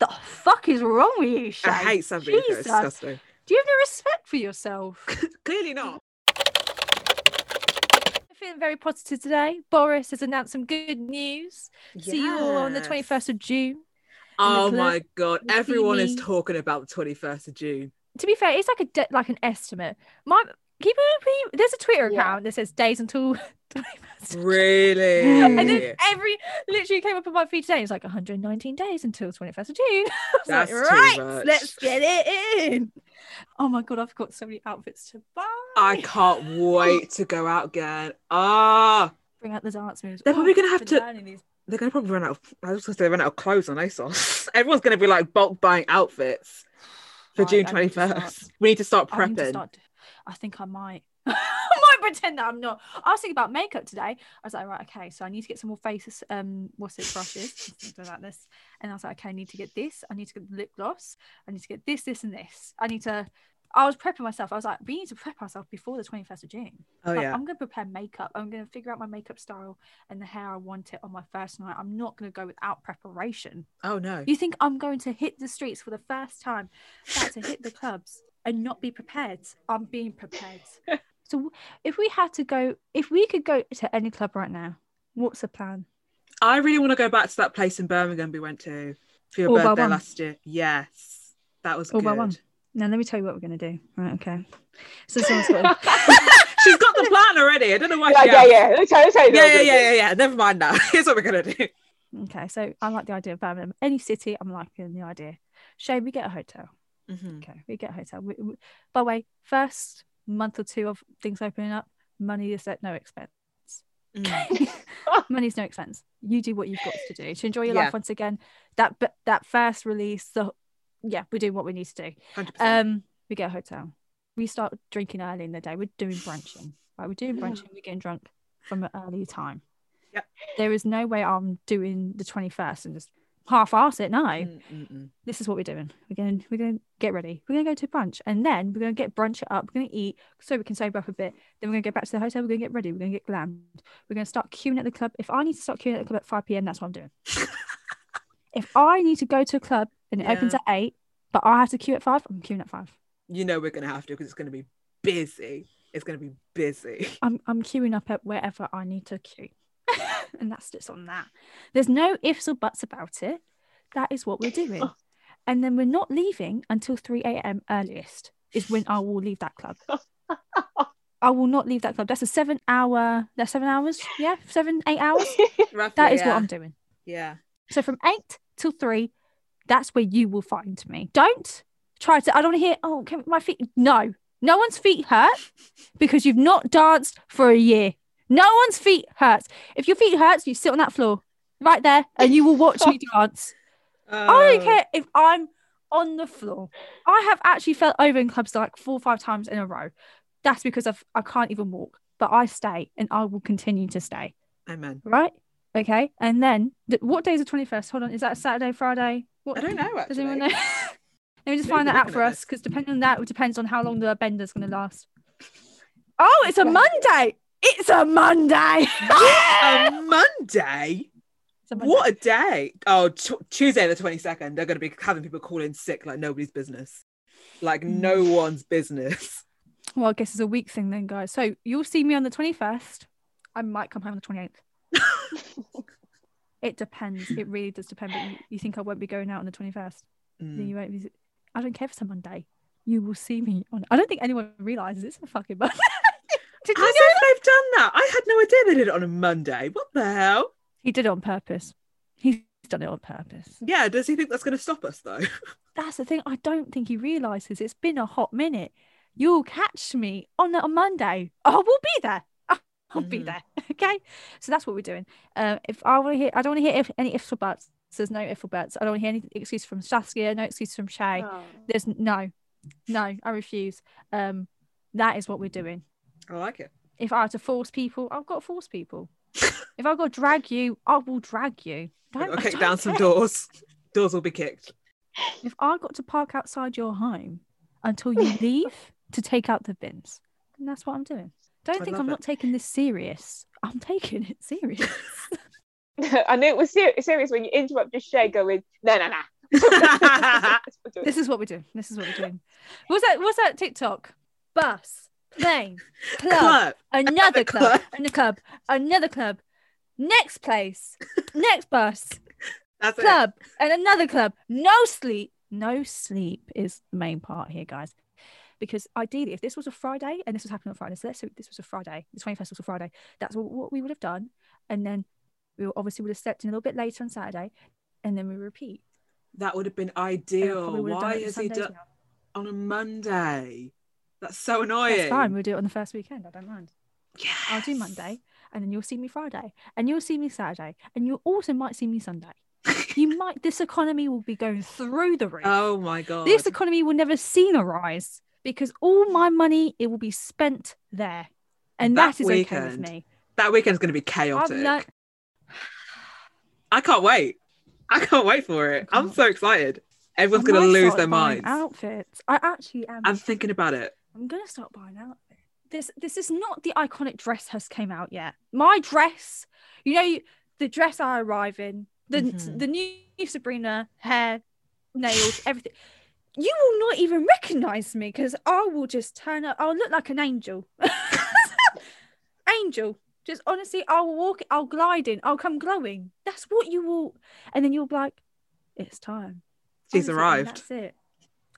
[SPEAKER 3] The fuck is wrong with you, Shay?
[SPEAKER 2] I hate sambuca. It's
[SPEAKER 3] Jesus.
[SPEAKER 2] disgusting.
[SPEAKER 3] Do you have no respect for yourself?
[SPEAKER 2] Clearly not.
[SPEAKER 3] Feeling very positive today. Boris has announced some good news. See you all on the
[SPEAKER 2] Yes.
[SPEAKER 3] 21st of June.
[SPEAKER 2] Oh
[SPEAKER 3] club.
[SPEAKER 2] my god!
[SPEAKER 3] You see
[SPEAKER 2] Everyone is
[SPEAKER 3] me.
[SPEAKER 2] talking about the twenty first of June.
[SPEAKER 3] to be fair, it's like a de- like an estimate. My keep it. be- There's a Twitter
[SPEAKER 1] Yeah.
[SPEAKER 3] account that says days until 21st.
[SPEAKER 2] Really?
[SPEAKER 3] And then every literally came up on my feed today. It's like 119 days until 21st of June. I was
[SPEAKER 2] That's
[SPEAKER 3] like,
[SPEAKER 2] too
[SPEAKER 3] right,
[SPEAKER 2] much.
[SPEAKER 3] let's get it in. Oh my god, I've got so many outfits to buy.
[SPEAKER 2] I can't wait to go out again. Ah,
[SPEAKER 3] bring out the dance moves.
[SPEAKER 2] They're probably gonna have to-
[SPEAKER 3] learn in these-
[SPEAKER 2] they're gonna probably run out. Of, I was gonna say they run out of clothes on ASOS. Everyone's gonna be like bulk buying outfits for
[SPEAKER 3] Right,
[SPEAKER 2] June
[SPEAKER 3] I need
[SPEAKER 2] twenty
[SPEAKER 3] to start-
[SPEAKER 2] first. We need to start
[SPEAKER 3] I need to
[SPEAKER 2] prepping.
[SPEAKER 3] start- I think I might. I might pretend that I'm not. I was thinking about makeup today. I was like, right, okay, so I need to get some more face um what's it brushes about this. And I was like, okay, I need to get this. I need to get the lip gloss. I need to get this, this, and this. I need to. I was prepping myself. I was like, we need to prep ourselves before the 21st of June.
[SPEAKER 2] oh
[SPEAKER 3] Like,
[SPEAKER 2] yeah.
[SPEAKER 3] I'm going to prepare makeup. I'm going to figure out my makeup style and the hair I want it on my first night. I'm not going to go without preparation.
[SPEAKER 2] Oh no.
[SPEAKER 3] You think I'm going to hit the streets for the first time, about to hit the clubs and not be prepared? I'm being prepared. so if we had to go, if we could go to any club right now, what's the plan?
[SPEAKER 2] I really want to go back to that place in Birmingham we went to for your
[SPEAKER 3] All by
[SPEAKER 2] birthday
[SPEAKER 3] one.
[SPEAKER 2] last year. Yes, that was
[SPEAKER 3] All
[SPEAKER 2] good.
[SPEAKER 3] by one. Now let me tell you what we're going to do. Right, okay. So someone's got to...
[SPEAKER 2] She's got the plan already. I don't know why.
[SPEAKER 1] yeah,
[SPEAKER 2] she
[SPEAKER 1] yeah,
[SPEAKER 2] asked.
[SPEAKER 1] yeah. Let me tell you. let me tell you what I'm
[SPEAKER 2] yeah, yeah,
[SPEAKER 1] gonna
[SPEAKER 2] yeah, yeah, yeah. Never mind that. Here's what we're gonna do.
[SPEAKER 3] okay. So I like the idea of Birmingham. Any city, I'm liking the idea. Shame we get a hotel.
[SPEAKER 2] Mhm.
[SPEAKER 3] Mm-hmm, Okay, we get a hotel. We, we- by the way, first month or two of things opening up, money is at no expense. mm-hmm.
[SPEAKER 2] Mm.
[SPEAKER 3] Um, Money's no expense. You do what you've got to do to enjoy your
[SPEAKER 2] Yeah.
[SPEAKER 3] life once again. That but that first release, the yeah, we're doing what we need to do.
[SPEAKER 2] 100%.
[SPEAKER 3] Um, we get a hotel. We start drinking early in the day. We're doing brunching. Right, we're doing
[SPEAKER 1] Yeah.
[SPEAKER 3] brunching. We're getting drunk from an early time.
[SPEAKER 2] Yep.
[SPEAKER 3] There is no way I'm doing the twenty first and just half arse it. No,
[SPEAKER 2] Mm, mm, mm.
[SPEAKER 3] this is what we're doing. We're going. to We're going to get ready. We're going to go to brunch, and then we're going to get brunch up. We're going to eat so we can sober up a bit. Then we're going to go back to the hotel. We're going to get ready. We're going to get glammed. We're going to start queuing at the club. If I need to start queuing at the club at five pm, that's what I'm doing. if I need to go to a club and it opens
[SPEAKER 2] Yeah.
[SPEAKER 3] at eight, but I have to queue at five, I'm queuing at five.
[SPEAKER 2] You know we're gonna have to because it's gonna be busy. It's gonna be busy.
[SPEAKER 3] I'm I'm queuing up at wherever I need to queue. and that's just on that. There's no ifs or buts about it. That is what we're doing. And then we're not leaving until 3 a.m. earliest is when I will leave that club. I will not leave that club. That's a seven hour, that's seven hours. Yeah, seven, eight hours.
[SPEAKER 2] Roughly,
[SPEAKER 3] That is
[SPEAKER 2] yeah.
[SPEAKER 3] what I'm doing.
[SPEAKER 2] Yeah.
[SPEAKER 3] So from eight till three, that's where you will find me. Don't try to. I don't want to hear. Oh, can, my feet. No, no one's feet hurt because you've not danced for a year. No one's feet hurts. If your feet hurts, you sit on that floor right there, and you will watch me dance. I don't
[SPEAKER 2] Oh,
[SPEAKER 3] care if I'm on the floor. I have actually fell over in clubs like four or five times in a row. That's because I've, I can't even walk, but I stay and I will continue to stay
[SPEAKER 2] Um, Amen.
[SPEAKER 3] right? Okay, and then th- what day is the twenty first? Hold on, is that Saturday, Friday? What
[SPEAKER 2] I don't know. Actually.
[SPEAKER 3] does anyone know? Let me just
[SPEAKER 2] Maybe
[SPEAKER 3] find that
[SPEAKER 2] we're
[SPEAKER 3] out
[SPEAKER 2] looking
[SPEAKER 3] for
[SPEAKER 2] at
[SPEAKER 3] us
[SPEAKER 2] this.
[SPEAKER 3] because depending on that, it depends on how long the bender's going to last. Oh, it's a
[SPEAKER 1] Yeah.
[SPEAKER 3] Monday. It's a Monday.
[SPEAKER 2] A Um, Monday.
[SPEAKER 3] It's a Monday.
[SPEAKER 2] What a day! Oh, t- Tuesday the twenty second. They're going to be having people call in sick like nobody's business, like no
[SPEAKER 3] Mm.
[SPEAKER 2] one's business.
[SPEAKER 3] Well, I guess it's a week thing then, guys. So you'll see me on the twenty first. I might come home on the twenty eighth. It depends. It really does depend. But you, you think I won't be going out on the twenty first?
[SPEAKER 2] Mm.
[SPEAKER 3] Then you won't be. I don't care if it's a Monday. You will see me on. I don't think anyone realizes it's a fucking Monday. Did you
[SPEAKER 2] As
[SPEAKER 3] know?
[SPEAKER 2] if they've done that. I had no idea they did it on a Monday. What the hell?
[SPEAKER 3] He did it on purpose. He's done it on purpose.
[SPEAKER 2] Yeah. Does he think that's going to stop us though?
[SPEAKER 3] That's the thing. I don't think he realizes it's been a hot minute. You'll catch me on a on Monday. I will be there. I- I'll be
[SPEAKER 2] Mhm.
[SPEAKER 3] there. Okay. So that's what we're doing. Um, if I want to hear, I don't want to hear if, any ifs or buts. There's no if or buts. I don't want to hear any excuse from Saskia. No excuse from Shay.
[SPEAKER 1] Oh.
[SPEAKER 3] There's no, no. I refuse. Um, that is what we're doing.
[SPEAKER 2] I like it.
[SPEAKER 3] If I had to force people, I've got to force people. if I've got to drag you, I will drag you.
[SPEAKER 2] I've
[SPEAKER 3] Don't,
[SPEAKER 2] got to
[SPEAKER 3] I
[SPEAKER 2] kick
[SPEAKER 3] don't
[SPEAKER 2] down some
[SPEAKER 3] care.
[SPEAKER 2] doors. Doors will be kicked.
[SPEAKER 3] If I got to park outside your home until you leave to take out the bins, then that's what I'm doing. Don't
[SPEAKER 2] I
[SPEAKER 3] think
[SPEAKER 2] love
[SPEAKER 3] I'm
[SPEAKER 2] it.
[SPEAKER 3] not taking this serious. I'm taking it serious.
[SPEAKER 1] I knew it was ser- serious when you interrupt just Shay going, no, no, no.
[SPEAKER 2] I
[SPEAKER 3] this is what we're doing. This is what we're doing. What's that? What's that TikTok? Bus, plane, club,
[SPEAKER 2] Club.
[SPEAKER 3] another club,
[SPEAKER 2] club.
[SPEAKER 3] another club, another club, next place, next bus,
[SPEAKER 2] That's it.
[SPEAKER 3] club and another club. No sleep. No sleep is the main part here, guys. Because ideally, if this was a Friday and this was happening on Friday, so let's say this was a Friday, the 21st was a Friday, that's what- what we would have done. And then we would- obviously would have slept in a little bit later on Saturday and then we repeat.
[SPEAKER 2] That would have been
[SPEAKER 3] And I
[SPEAKER 2] ideal.
[SPEAKER 3] probably would have done
[SPEAKER 2] Why
[SPEAKER 3] it on
[SPEAKER 2] has he
[SPEAKER 3] Sundays
[SPEAKER 2] done
[SPEAKER 3] now.
[SPEAKER 2] on a Monday? That's so annoying.
[SPEAKER 3] That's fine. We'll do it on the first weekend. I don't mind.
[SPEAKER 2] Yes.
[SPEAKER 3] I'll do Monday and then you'll see me Friday and you'll see me Saturday and you also might see me Sunday. you might, this economy will be going through the roof.
[SPEAKER 2] Oh my god.
[SPEAKER 3] This economy will never see a rise because all my money it will be spent there, and
[SPEAKER 2] That
[SPEAKER 3] that is okay with
[SPEAKER 2] weekend.
[SPEAKER 3] me.
[SPEAKER 2] that weekend's going to be
[SPEAKER 3] I've
[SPEAKER 2] chaotic.
[SPEAKER 3] learnt
[SPEAKER 2] I can't wait. I can't wait for it. I'm
[SPEAKER 3] can't.
[SPEAKER 2] so excited. Everyone's
[SPEAKER 3] I
[SPEAKER 2] going to
[SPEAKER 3] might
[SPEAKER 2] lose
[SPEAKER 3] start
[SPEAKER 2] their
[SPEAKER 3] buying
[SPEAKER 2] minds.
[SPEAKER 3] Outfits. I actually am.
[SPEAKER 2] I'm thinking about it.
[SPEAKER 3] I'm gonna start buying outfits. This this is not the iconic dress has came out yet. My dress, you know, you- the dress I arrive in, the
[SPEAKER 2] Mhm.
[SPEAKER 3] the new Sabrina hair, nails, everything. You will not even recognize me because I will just turn up. I'll look like an angel. angel. Just honestly, I'll walk. I'll glide in. I'll come glowing. That's what you will. And then you'll be like, it's time.
[SPEAKER 2] She's
[SPEAKER 3] Honestly, and
[SPEAKER 2] arrived.
[SPEAKER 3] That's it.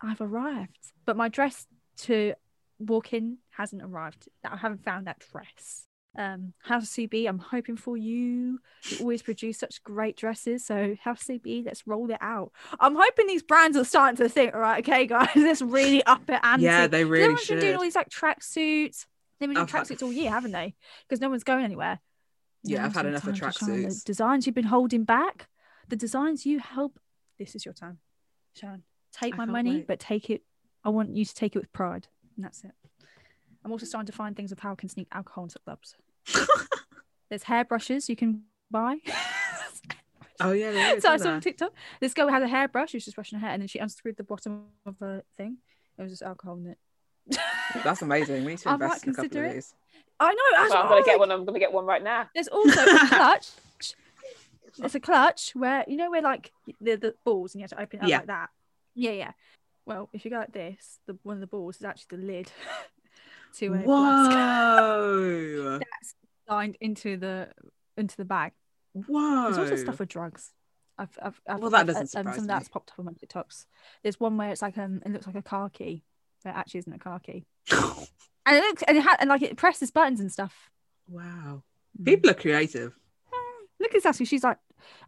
[SPEAKER 3] I've arrived. But my dress to walk in hasn't arrived. I haven't found that dress. Um, House CB, I'm hoping for you. You always produce such great dresses. So House CB, let's roll it out. I'm hoping these brands are starting to think, all right, okay, guys, let's really up it ante.
[SPEAKER 2] Yeah, they really
[SPEAKER 3] Everyone's been doing
[SPEAKER 2] should.
[SPEAKER 3] all these like tracksuits, They've been doing
[SPEAKER 2] I've had-
[SPEAKER 3] tracksuits all year, haven't they? Because no one's going anywhere.
[SPEAKER 2] Yeah, I've
[SPEAKER 3] Now's
[SPEAKER 2] had
[SPEAKER 3] your
[SPEAKER 2] enough of
[SPEAKER 3] time to shine. The
[SPEAKER 2] tracksuits.
[SPEAKER 3] designs you've been holding back, the designs you help. This is your time, Sharon. Take
[SPEAKER 2] I
[SPEAKER 3] my
[SPEAKER 2] can't
[SPEAKER 3] money,
[SPEAKER 2] wait.
[SPEAKER 3] but take it. I want you to take it with pride, and that's it. I'm also starting to find things of how I can sneak alcohol into clubs. There's hairbrushes you can buy.
[SPEAKER 2] Oh yeah, there is,
[SPEAKER 3] so I
[SPEAKER 2] isn't
[SPEAKER 3] saw on
[SPEAKER 2] there?
[SPEAKER 3] TikTok this girl had a hairbrush. She was just brushing her hair, and then she unscrewed the bottom of the thing. It was just alcohol in it.
[SPEAKER 2] That's amazing. We need to
[SPEAKER 3] I might
[SPEAKER 2] invest in a couple
[SPEAKER 3] consider
[SPEAKER 2] of
[SPEAKER 3] it.
[SPEAKER 2] these.
[SPEAKER 3] I know. That's
[SPEAKER 1] Well, I'm
[SPEAKER 3] what
[SPEAKER 1] gonna
[SPEAKER 3] I
[SPEAKER 1] get
[SPEAKER 3] was "Oh
[SPEAKER 1] one. I'm gonna get one right now.
[SPEAKER 3] there's also a clutch. There's a clutch where you know where like the the balls and you have to open it up
[SPEAKER 2] Yeah.
[SPEAKER 3] like that. Yeah, yeah. Well, if you go like this, the one of the balls is actually the lid to a flask
[SPEAKER 2] Whoa,
[SPEAKER 3] that's lined into the into the bag.
[SPEAKER 2] whoa.
[SPEAKER 3] There's also stuff with drugs. I've, I've, I've
[SPEAKER 2] Well, that
[SPEAKER 3] I've-
[SPEAKER 2] doesn't
[SPEAKER 3] um,
[SPEAKER 2] surprise
[SPEAKER 3] some
[SPEAKER 2] me.
[SPEAKER 3] of that's popped up on my TikToks. There's one where it's like um, it looks like a car key, but it actually isn't a car key, and it looks and it ha- and like it presses buttons and stuff.
[SPEAKER 2] wow,
[SPEAKER 3] Mm.
[SPEAKER 2] people are creative.
[SPEAKER 3] Look at Saskia. She's like,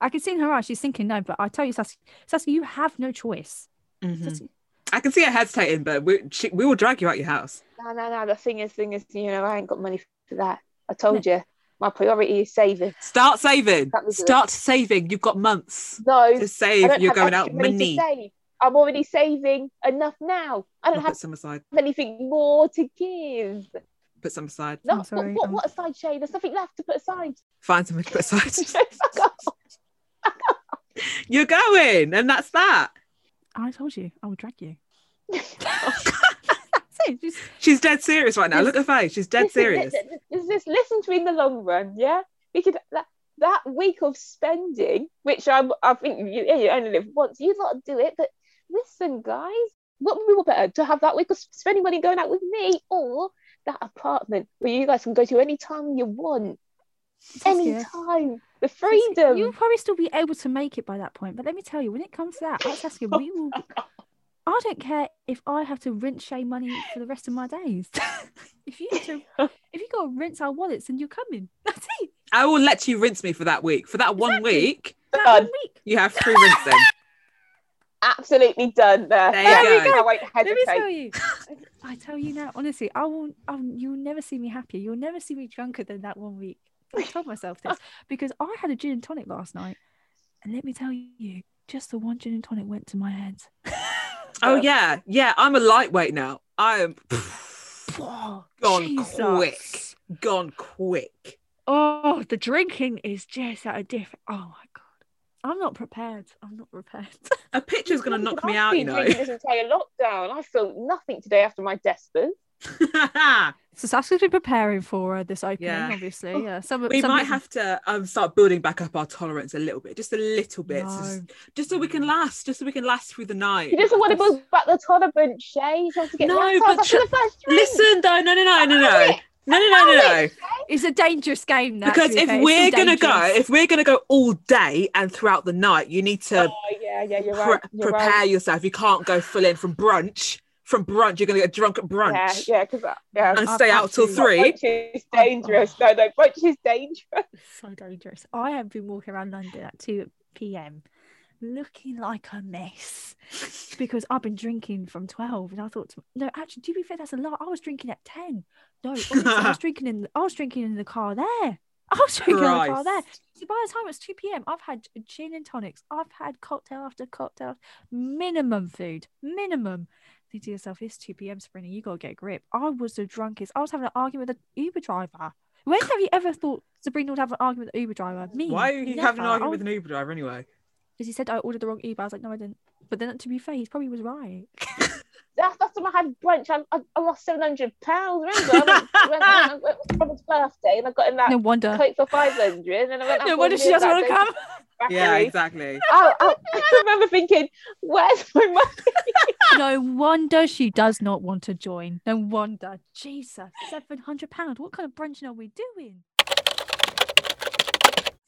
[SPEAKER 3] I can see in her eyes. She's thinking no, but I tell you, Saskia, Saskia, you have no choice.
[SPEAKER 1] Mm-hmm.
[SPEAKER 2] Mhm.
[SPEAKER 3] Saskia,
[SPEAKER 2] I can see her hesitating, but we, she, we will drag you out your house.
[SPEAKER 1] No, no, no. The thing is, thing is, you know, I ain't got money for that. I told you, my priority is saving.
[SPEAKER 2] Start saving.
[SPEAKER 1] That was it.
[SPEAKER 2] Start saving. You've got months
[SPEAKER 1] No,
[SPEAKER 2] to
[SPEAKER 1] I
[SPEAKER 2] save.
[SPEAKER 1] don't
[SPEAKER 2] You're
[SPEAKER 1] have
[SPEAKER 2] going
[SPEAKER 1] extra
[SPEAKER 2] out money.
[SPEAKER 1] to save. I'm already saving enough now. I
[SPEAKER 2] I'll
[SPEAKER 1] don't
[SPEAKER 2] Put
[SPEAKER 1] have
[SPEAKER 2] some aside.
[SPEAKER 1] anything more to give.
[SPEAKER 2] Put some aside.
[SPEAKER 1] No,
[SPEAKER 3] I'm sorry,
[SPEAKER 1] what, what,
[SPEAKER 3] I'm-
[SPEAKER 1] what aside, Shay? There's nothing left to put aside.
[SPEAKER 2] Find something to put aside.
[SPEAKER 1] Fuck off.
[SPEAKER 2] You're going, and that's that.
[SPEAKER 3] I told you, I will drag you. That's it. Just,
[SPEAKER 2] She's dead serious right now.
[SPEAKER 1] This-
[SPEAKER 2] Look at her face. She's dead
[SPEAKER 1] Listen,
[SPEAKER 2] serious.
[SPEAKER 1] li- li- li- Just listen to me in the long run, yeah? Because that, that week of spending, which I, I think you, yeah, you only live once, you lot do it, but listen, guys, what would be more better to have that week of s- spending money going out with me or that apartment where you guys can go to any time you want, any
[SPEAKER 3] Saskia,
[SPEAKER 1] time, the
[SPEAKER 3] Saskia,
[SPEAKER 1] freedom.
[SPEAKER 3] You'll probably still be able to make it by that point, but let me tell you, when it comes to that, I Saskia, we will. I don't care if I have to rinse Shay money for the rest of my days. if you have to, if you got to rinse our wallets, then you're coming. That's it.
[SPEAKER 2] I will let you rinse me for that week. For that one
[SPEAKER 3] Exactly.
[SPEAKER 2] week,
[SPEAKER 3] That
[SPEAKER 1] Done.
[SPEAKER 3] one week.
[SPEAKER 2] you have free rinsing.
[SPEAKER 1] Absolutely done there.
[SPEAKER 2] There you
[SPEAKER 1] Yeah,
[SPEAKER 2] go.
[SPEAKER 1] I won't
[SPEAKER 3] Let me
[SPEAKER 1] hesitate.
[SPEAKER 3] tell you. I- I tell you now, honestly, I won't. I won't- you'll never see me happier. You'll never see me drunker than that one week. I told myself this because I had a gin and tonic last night, and let me tell you, just the one gin and tonic went to my head.
[SPEAKER 2] Oh yeah, yeah. I'm a lightweight now. I am
[SPEAKER 3] Whoa,
[SPEAKER 2] gone
[SPEAKER 3] Jesus.
[SPEAKER 2] quick. Gone quick.
[SPEAKER 3] Oh, the drinking is just at a different. Oh my god, I'm not prepared. I'm not prepared.
[SPEAKER 2] A picture's gonna knock me
[SPEAKER 1] I've
[SPEAKER 2] out,
[SPEAKER 1] been
[SPEAKER 2] you know.
[SPEAKER 1] drinking This entire lockdown, I felt nothing today after my despers.
[SPEAKER 3] so Saskia's been preparing for uh, this opening,
[SPEAKER 2] Yeah. Oh,
[SPEAKER 3] obviously. Yeah, some
[SPEAKER 2] we
[SPEAKER 3] some
[SPEAKER 2] might
[SPEAKER 3] bits-
[SPEAKER 2] have to um start building back up our tolerance a little bit, just a little bit, so just,
[SPEAKER 3] No.
[SPEAKER 2] just so we can last, just so we can last through the night.
[SPEAKER 1] He doesn't want to
[SPEAKER 3] That's-
[SPEAKER 1] go back the tolerant, Shay. He wants to get
[SPEAKER 2] No,
[SPEAKER 1] round
[SPEAKER 2] but
[SPEAKER 1] after
[SPEAKER 2] sh-
[SPEAKER 1] the first drink.
[SPEAKER 2] Listen though, no, no, no, no, no, no, no, no, Uh, no, no.
[SPEAKER 3] It's a dangerous game. That, to
[SPEAKER 2] Because
[SPEAKER 3] be
[SPEAKER 2] if
[SPEAKER 3] fair. It's
[SPEAKER 2] we're
[SPEAKER 3] still
[SPEAKER 2] gonna go,
[SPEAKER 3] dangerous.
[SPEAKER 2] if we're gonna go all day and throughout the night, you need to
[SPEAKER 1] Oh, yeah, yeah, you're
[SPEAKER 2] pre-
[SPEAKER 1] right. You're
[SPEAKER 2] prepare
[SPEAKER 1] right.
[SPEAKER 2] yourself. You can't go full in from brunch. From brunch, you're gonna get drunk at brunch
[SPEAKER 1] Yeah, yeah, because yeah.
[SPEAKER 2] and
[SPEAKER 3] I've
[SPEAKER 2] stay
[SPEAKER 3] had
[SPEAKER 2] out till
[SPEAKER 3] to.
[SPEAKER 2] three.
[SPEAKER 1] Brunch is dangerous. No, no, brunch is dangerous.
[SPEAKER 3] It's so dangerous. I have been walking around London at 2 p.m. looking like a mess because I've been drinking from 12 and I thought to- no actually to be fair that's a lot I was drinking at 10 no honestly, I was drinking in I was drinking in the car there I was drinking in the car there
[SPEAKER 2] Christ.
[SPEAKER 3] so by the time it's 2 p.m. I've had gin and tonics I've had cocktail after cocktail minimum food minimum think to yourself it's 2 p.m. Sabrina you gotta get a grip I was the drunkest I was having an argument with an Uber driver when have you ever thought Sabrina would have an argument with an Uber driver? Me.
[SPEAKER 2] Why are you having an
[SPEAKER 3] never. I
[SPEAKER 2] argument
[SPEAKER 3] would-
[SPEAKER 2] with an Uber driver anyway?
[SPEAKER 3] because he said I ordered the wrong Uber. I was like, no, I didn't. But then, to be fair, he probably was right.
[SPEAKER 1] That's that's when I had brunch. I, I, I lost seven hundred pounds. Remember, I went, went, I went to Robert's birthday and I got in
[SPEAKER 2] Uh,
[SPEAKER 1] that
[SPEAKER 3] No wonder.
[SPEAKER 1] coat for five hundred. And I went. out
[SPEAKER 3] No
[SPEAKER 1] for
[SPEAKER 3] wonder
[SPEAKER 1] a
[SPEAKER 3] she
[SPEAKER 1] meal
[SPEAKER 3] doesn't
[SPEAKER 1] that
[SPEAKER 3] want to
[SPEAKER 1] day.
[SPEAKER 3] come.
[SPEAKER 2] Yeah,
[SPEAKER 1] Exactly.
[SPEAKER 2] exactly.
[SPEAKER 1] Oh, oh, I remember thinking, where's my money?
[SPEAKER 3] No wonder she does not want to join. No wonder. Jesus, seven hundred pound. What kind of brunching are we doing?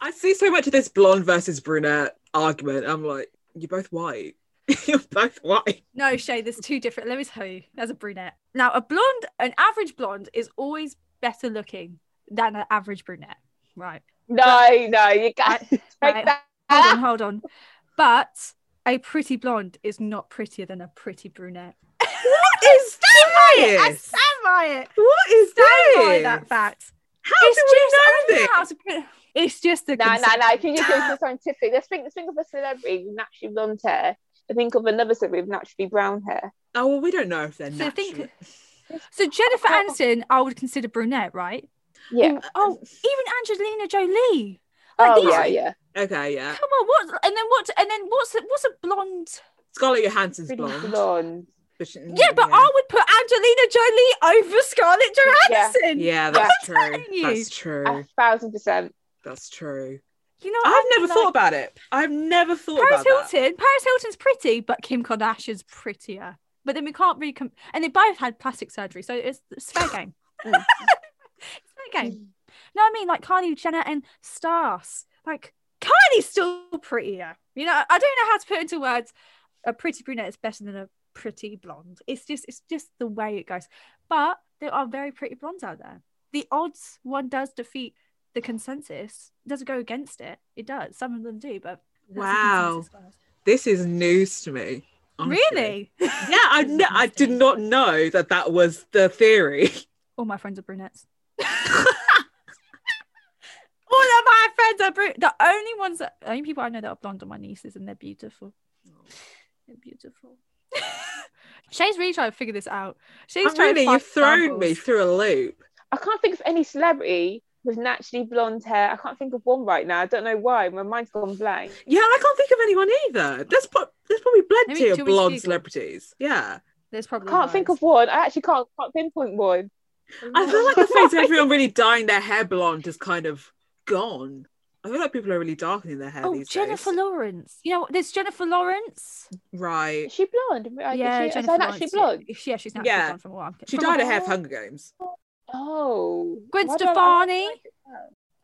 [SPEAKER 2] I see so much of this blonde versus brunette argument. I'm like, you're both white. you're both white.
[SPEAKER 3] No, Shay, there's two different. Let me tell you, there's a brunette. Now, a blonde, an average blonde, is always better looking than an average brunette. Right.
[SPEAKER 1] No, no, you can't take
[SPEAKER 3] right.
[SPEAKER 1] that.
[SPEAKER 3] Hold on, hold on. But a pretty blonde is not prettier than a pretty brunette.
[SPEAKER 2] is
[SPEAKER 3] it. I
[SPEAKER 2] this?
[SPEAKER 3] stand by it.
[SPEAKER 2] What is
[SPEAKER 3] Stand by
[SPEAKER 2] this?
[SPEAKER 3] that fact.
[SPEAKER 2] How do we know
[SPEAKER 3] I don't
[SPEAKER 2] this?
[SPEAKER 3] how to put- It's just the
[SPEAKER 1] No, no,
[SPEAKER 3] consent.
[SPEAKER 1] no. If you just go to scientific, let's think, let's think of a celebrity with naturally blonde hair. and think of another celebrity with naturally brown hair.
[SPEAKER 2] Oh well, we don't know if they're
[SPEAKER 3] So
[SPEAKER 2] natural.
[SPEAKER 3] think. So Jennifer Aniston, I would consider brunette, right?
[SPEAKER 1] Yeah.
[SPEAKER 3] Oh, even Angelina Jolie. Like
[SPEAKER 1] Oh,
[SPEAKER 3] these,
[SPEAKER 1] yeah, yeah.
[SPEAKER 2] Okay, yeah.
[SPEAKER 3] Come on, what? And then what? And then what's a, what's a blonde?
[SPEAKER 2] Scarlett Johansson's
[SPEAKER 1] Pretty
[SPEAKER 2] blonde.
[SPEAKER 1] blonde.
[SPEAKER 2] but she-
[SPEAKER 3] Yeah, but I would put Angelina Jolie over Scarlett
[SPEAKER 1] Yeah.
[SPEAKER 3] Johansson.
[SPEAKER 2] yeah,
[SPEAKER 1] Yeah.
[SPEAKER 2] that's
[SPEAKER 3] telling
[SPEAKER 2] true.
[SPEAKER 3] you.
[SPEAKER 2] That's
[SPEAKER 1] A
[SPEAKER 2] true.
[SPEAKER 1] thousand percent.
[SPEAKER 2] That's true.
[SPEAKER 3] You know,
[SPEAKER 2] I've
[SPEAKER 3] I
[SPEAKER 2] never
[SPEAKER 3] feel
[SPEAKER 2] thought
[SPEAKER 3] like
[SPEAKER 2] about it. I've never thought
[SPEAKER 3] Paris
[SPEAKER 2] about that.
[SPEAKER 3] Hilton. Paris Hilton's pretty, but Kim Kardashian's prettier. But then we can't really. Com- and they both had plastic surgery, so it's, it's fair game.
[SPEAKER 1] Mm.
[SPEAKER 3] it's fair game. No, I mean like Kylie Jenner and Stars. Like Kylie's still prettier. You know, I I don't know how to put into words. A pretty brunette is better than a pretty blonde. It's just, it's just the way it goes. But there are very pretty blondes out there. The odds one does defeat the consensus It doesn't go against it. It does. Some of them do, but that's the
[SPEAKER 2] Wow,
[SPEAKER 3] consensus wise.
[SPEAKER 2] this is news to me. honestly.
[SPEAKER 3] really?
[SPEAKER 2] Yeah, I kn- I did not know that that was the theory.
[SPEAKER 3] All my friends are brunettes. All of my friends are brunette. The only ones, that, only people I know that are blonde are my nieces, and they're beautiful. They're beautiful. Shay's really trying to figure this out. Shay's
[SPEAKER 1] Oh,
[SPEAKER 2] I'm
[SPEAKER 3] trying
[SPEAKER 2] really,
[SPEAKER 3] to
[SPEAKER 2] you've thrown
[SPEAKER 3] find
[SPEAKER 2] me
[SPEAKER 3] examples.
[SPEAKER 2] through a loop.
[SPEAKER 1] I can't think of any celebrity with naturally blonde hair. I can't think of one right now. I don't know why. My mind's gone blank.
[SPEAKER 2] Yeah, I can't think of anyone either. There's, pro- there's probably
[SPEAKER 3] Maybe-
[SPEAKER 2] plenty
[SPEAKER 3] do you
[SPEAKER 2] of
[SPEAKER 3] want me to
[SPEAKER 2] blonde
[SPEAKER 3] Google?
[SPEAKER 2] celebrities. Yeah.
[SPEAKER 3] There's
[SPEAKER 1] I
[SPEAKER 3] probably
[SPEAKER 1] can't think of one. I actually can't, can't pinpoint one.
[SPEAKER 2] I feel like the phase of everyone really dyeing their hair blonde is kind of gone. I feel like people are really darkening their hair
[SPEAKER 3] Oh,
[SPEAKER 2] these
[SPEAKER 3] Jennifer
[SPEAKER 2] days.
[SPEAKER 3] Lawrence. You know, what? there's Jennifer Lawrence.
[SPEAKER 2] Right.
[SPEAKER 1] Is she blonde? Like,
[SPEAKER 3] yeah,
[SPEAKER 1] Uh, is she, is
[SPEAKER 3] Jennifer
[SPEAKER 1] that actually
[SPEAKER 3] Lawrence.
[SPEAKER 1] blonde?
[SPEAKER 3] Yeah, yeah, she's naturally
[SPEAKER 2] Yeah.
[SPEAKER 3] blonde from what I'm
[SPEAKER 2] She
[SPEAKER 3] from
[SPEAKER 2] dyed
[SPEAKER 3] what
[SPEAKER 2] her hair
[SPEAKER 3] I-
[SPEAKER 2] for Hunger Games.
[SPEAKER 1] Oh.
[SPEAKER 3] Gwen
[SPEAKER 1] Why do I-
[SPEAKER 3] Stefani. You know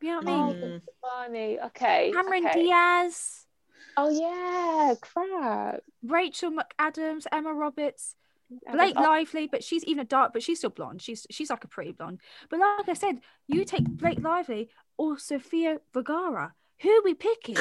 [SPEAKER 3] what I mean?
[SPEAKER 1] Oh,
[SPEAKER 2] Mm.
[SPEAKER 1] Gwen Stefani. Okay.
[SPEAKER 3] Cameron
[SPEAKER 1] okay.
[SPEAKER 3] Diaz,
[SPEAKER 1] Oh, yeah. Crap.
[SPEAKER 3] Rachel McAdams, Emma Roberts,
[SPEAKER 1] I
[SPEAKER 3] Blake
[SPEAKER 1] don't-
[SPEAKER 3] Lively, but she's even a dark, but she's still blonde. She's she's like a pretty blonde. But like I said, you take Blake Lively or Sofia Vergara. Who are we picking?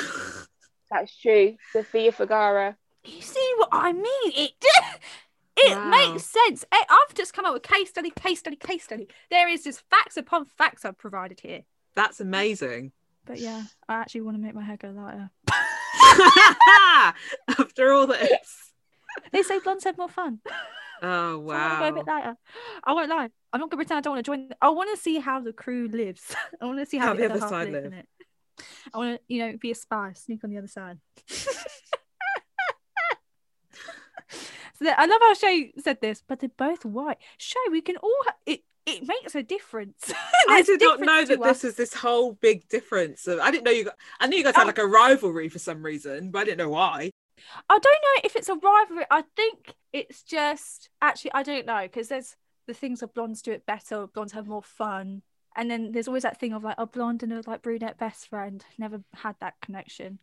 [SPEAKER 1] That's true. Sophia Vergara.
[SPEAKER 3] You see what I mean? It it
[SPEAKER 2] Wow.
[SPEAKER 3] makes sense. I- I've just come up with case study, case study, case study. There is just facts upon facts I've provided here.
[SPEAKER 2] That's amazing.
[SPEAKER 3] But yeah, I actually want to make my hair go lighter.
[SPEAKER 2] After all this.
[SPEAKER 3] They say blondes have more fun.
[SPEAKER 2] Oh,
[SPEAKER 3] So I want to go a
[SPEAKER 2] wow.
[SPEAKER 3] bit lighter. I won't lie. I'm not gonna pretend I don't want to join. I want to see how the crew lives. I want to see how, the, other, half
[SPEAKER 2] side
[SPEAKER 3] live.
[SPEAKER 2] live.
[SPEAKER 3] innit? I want to, you know, be a spy, sneak on the other side. so that, I love how Shay said this, but they're both white. Shay, we can all. Ha- it it makes a difference.
[SPEAKER 2] I
[SPEAKER 3] There's
[SPEAKER 2] did not know
[SPEAKER 3] difference
[SPEAKER 2] that
[SPEAKER 3] to
[SPEAKER 2] this
[SPEAKER 3] us.
[SPEAKER 2] was this whole big difference. Of, I didn't know you. Got, I knew you guys had
[SPEAKER 3] Oh.
[SPEAKER 2] like a rivalry for some reason, but I didn't know why.
[SPEAKER 3] I don't know if it's a rivalry. I think it's just actually I don't know because there's the things of blondes do it better, blondes have more fun, and then there's always that thing of like a blonde and a like brunette best friend. Never had that connection.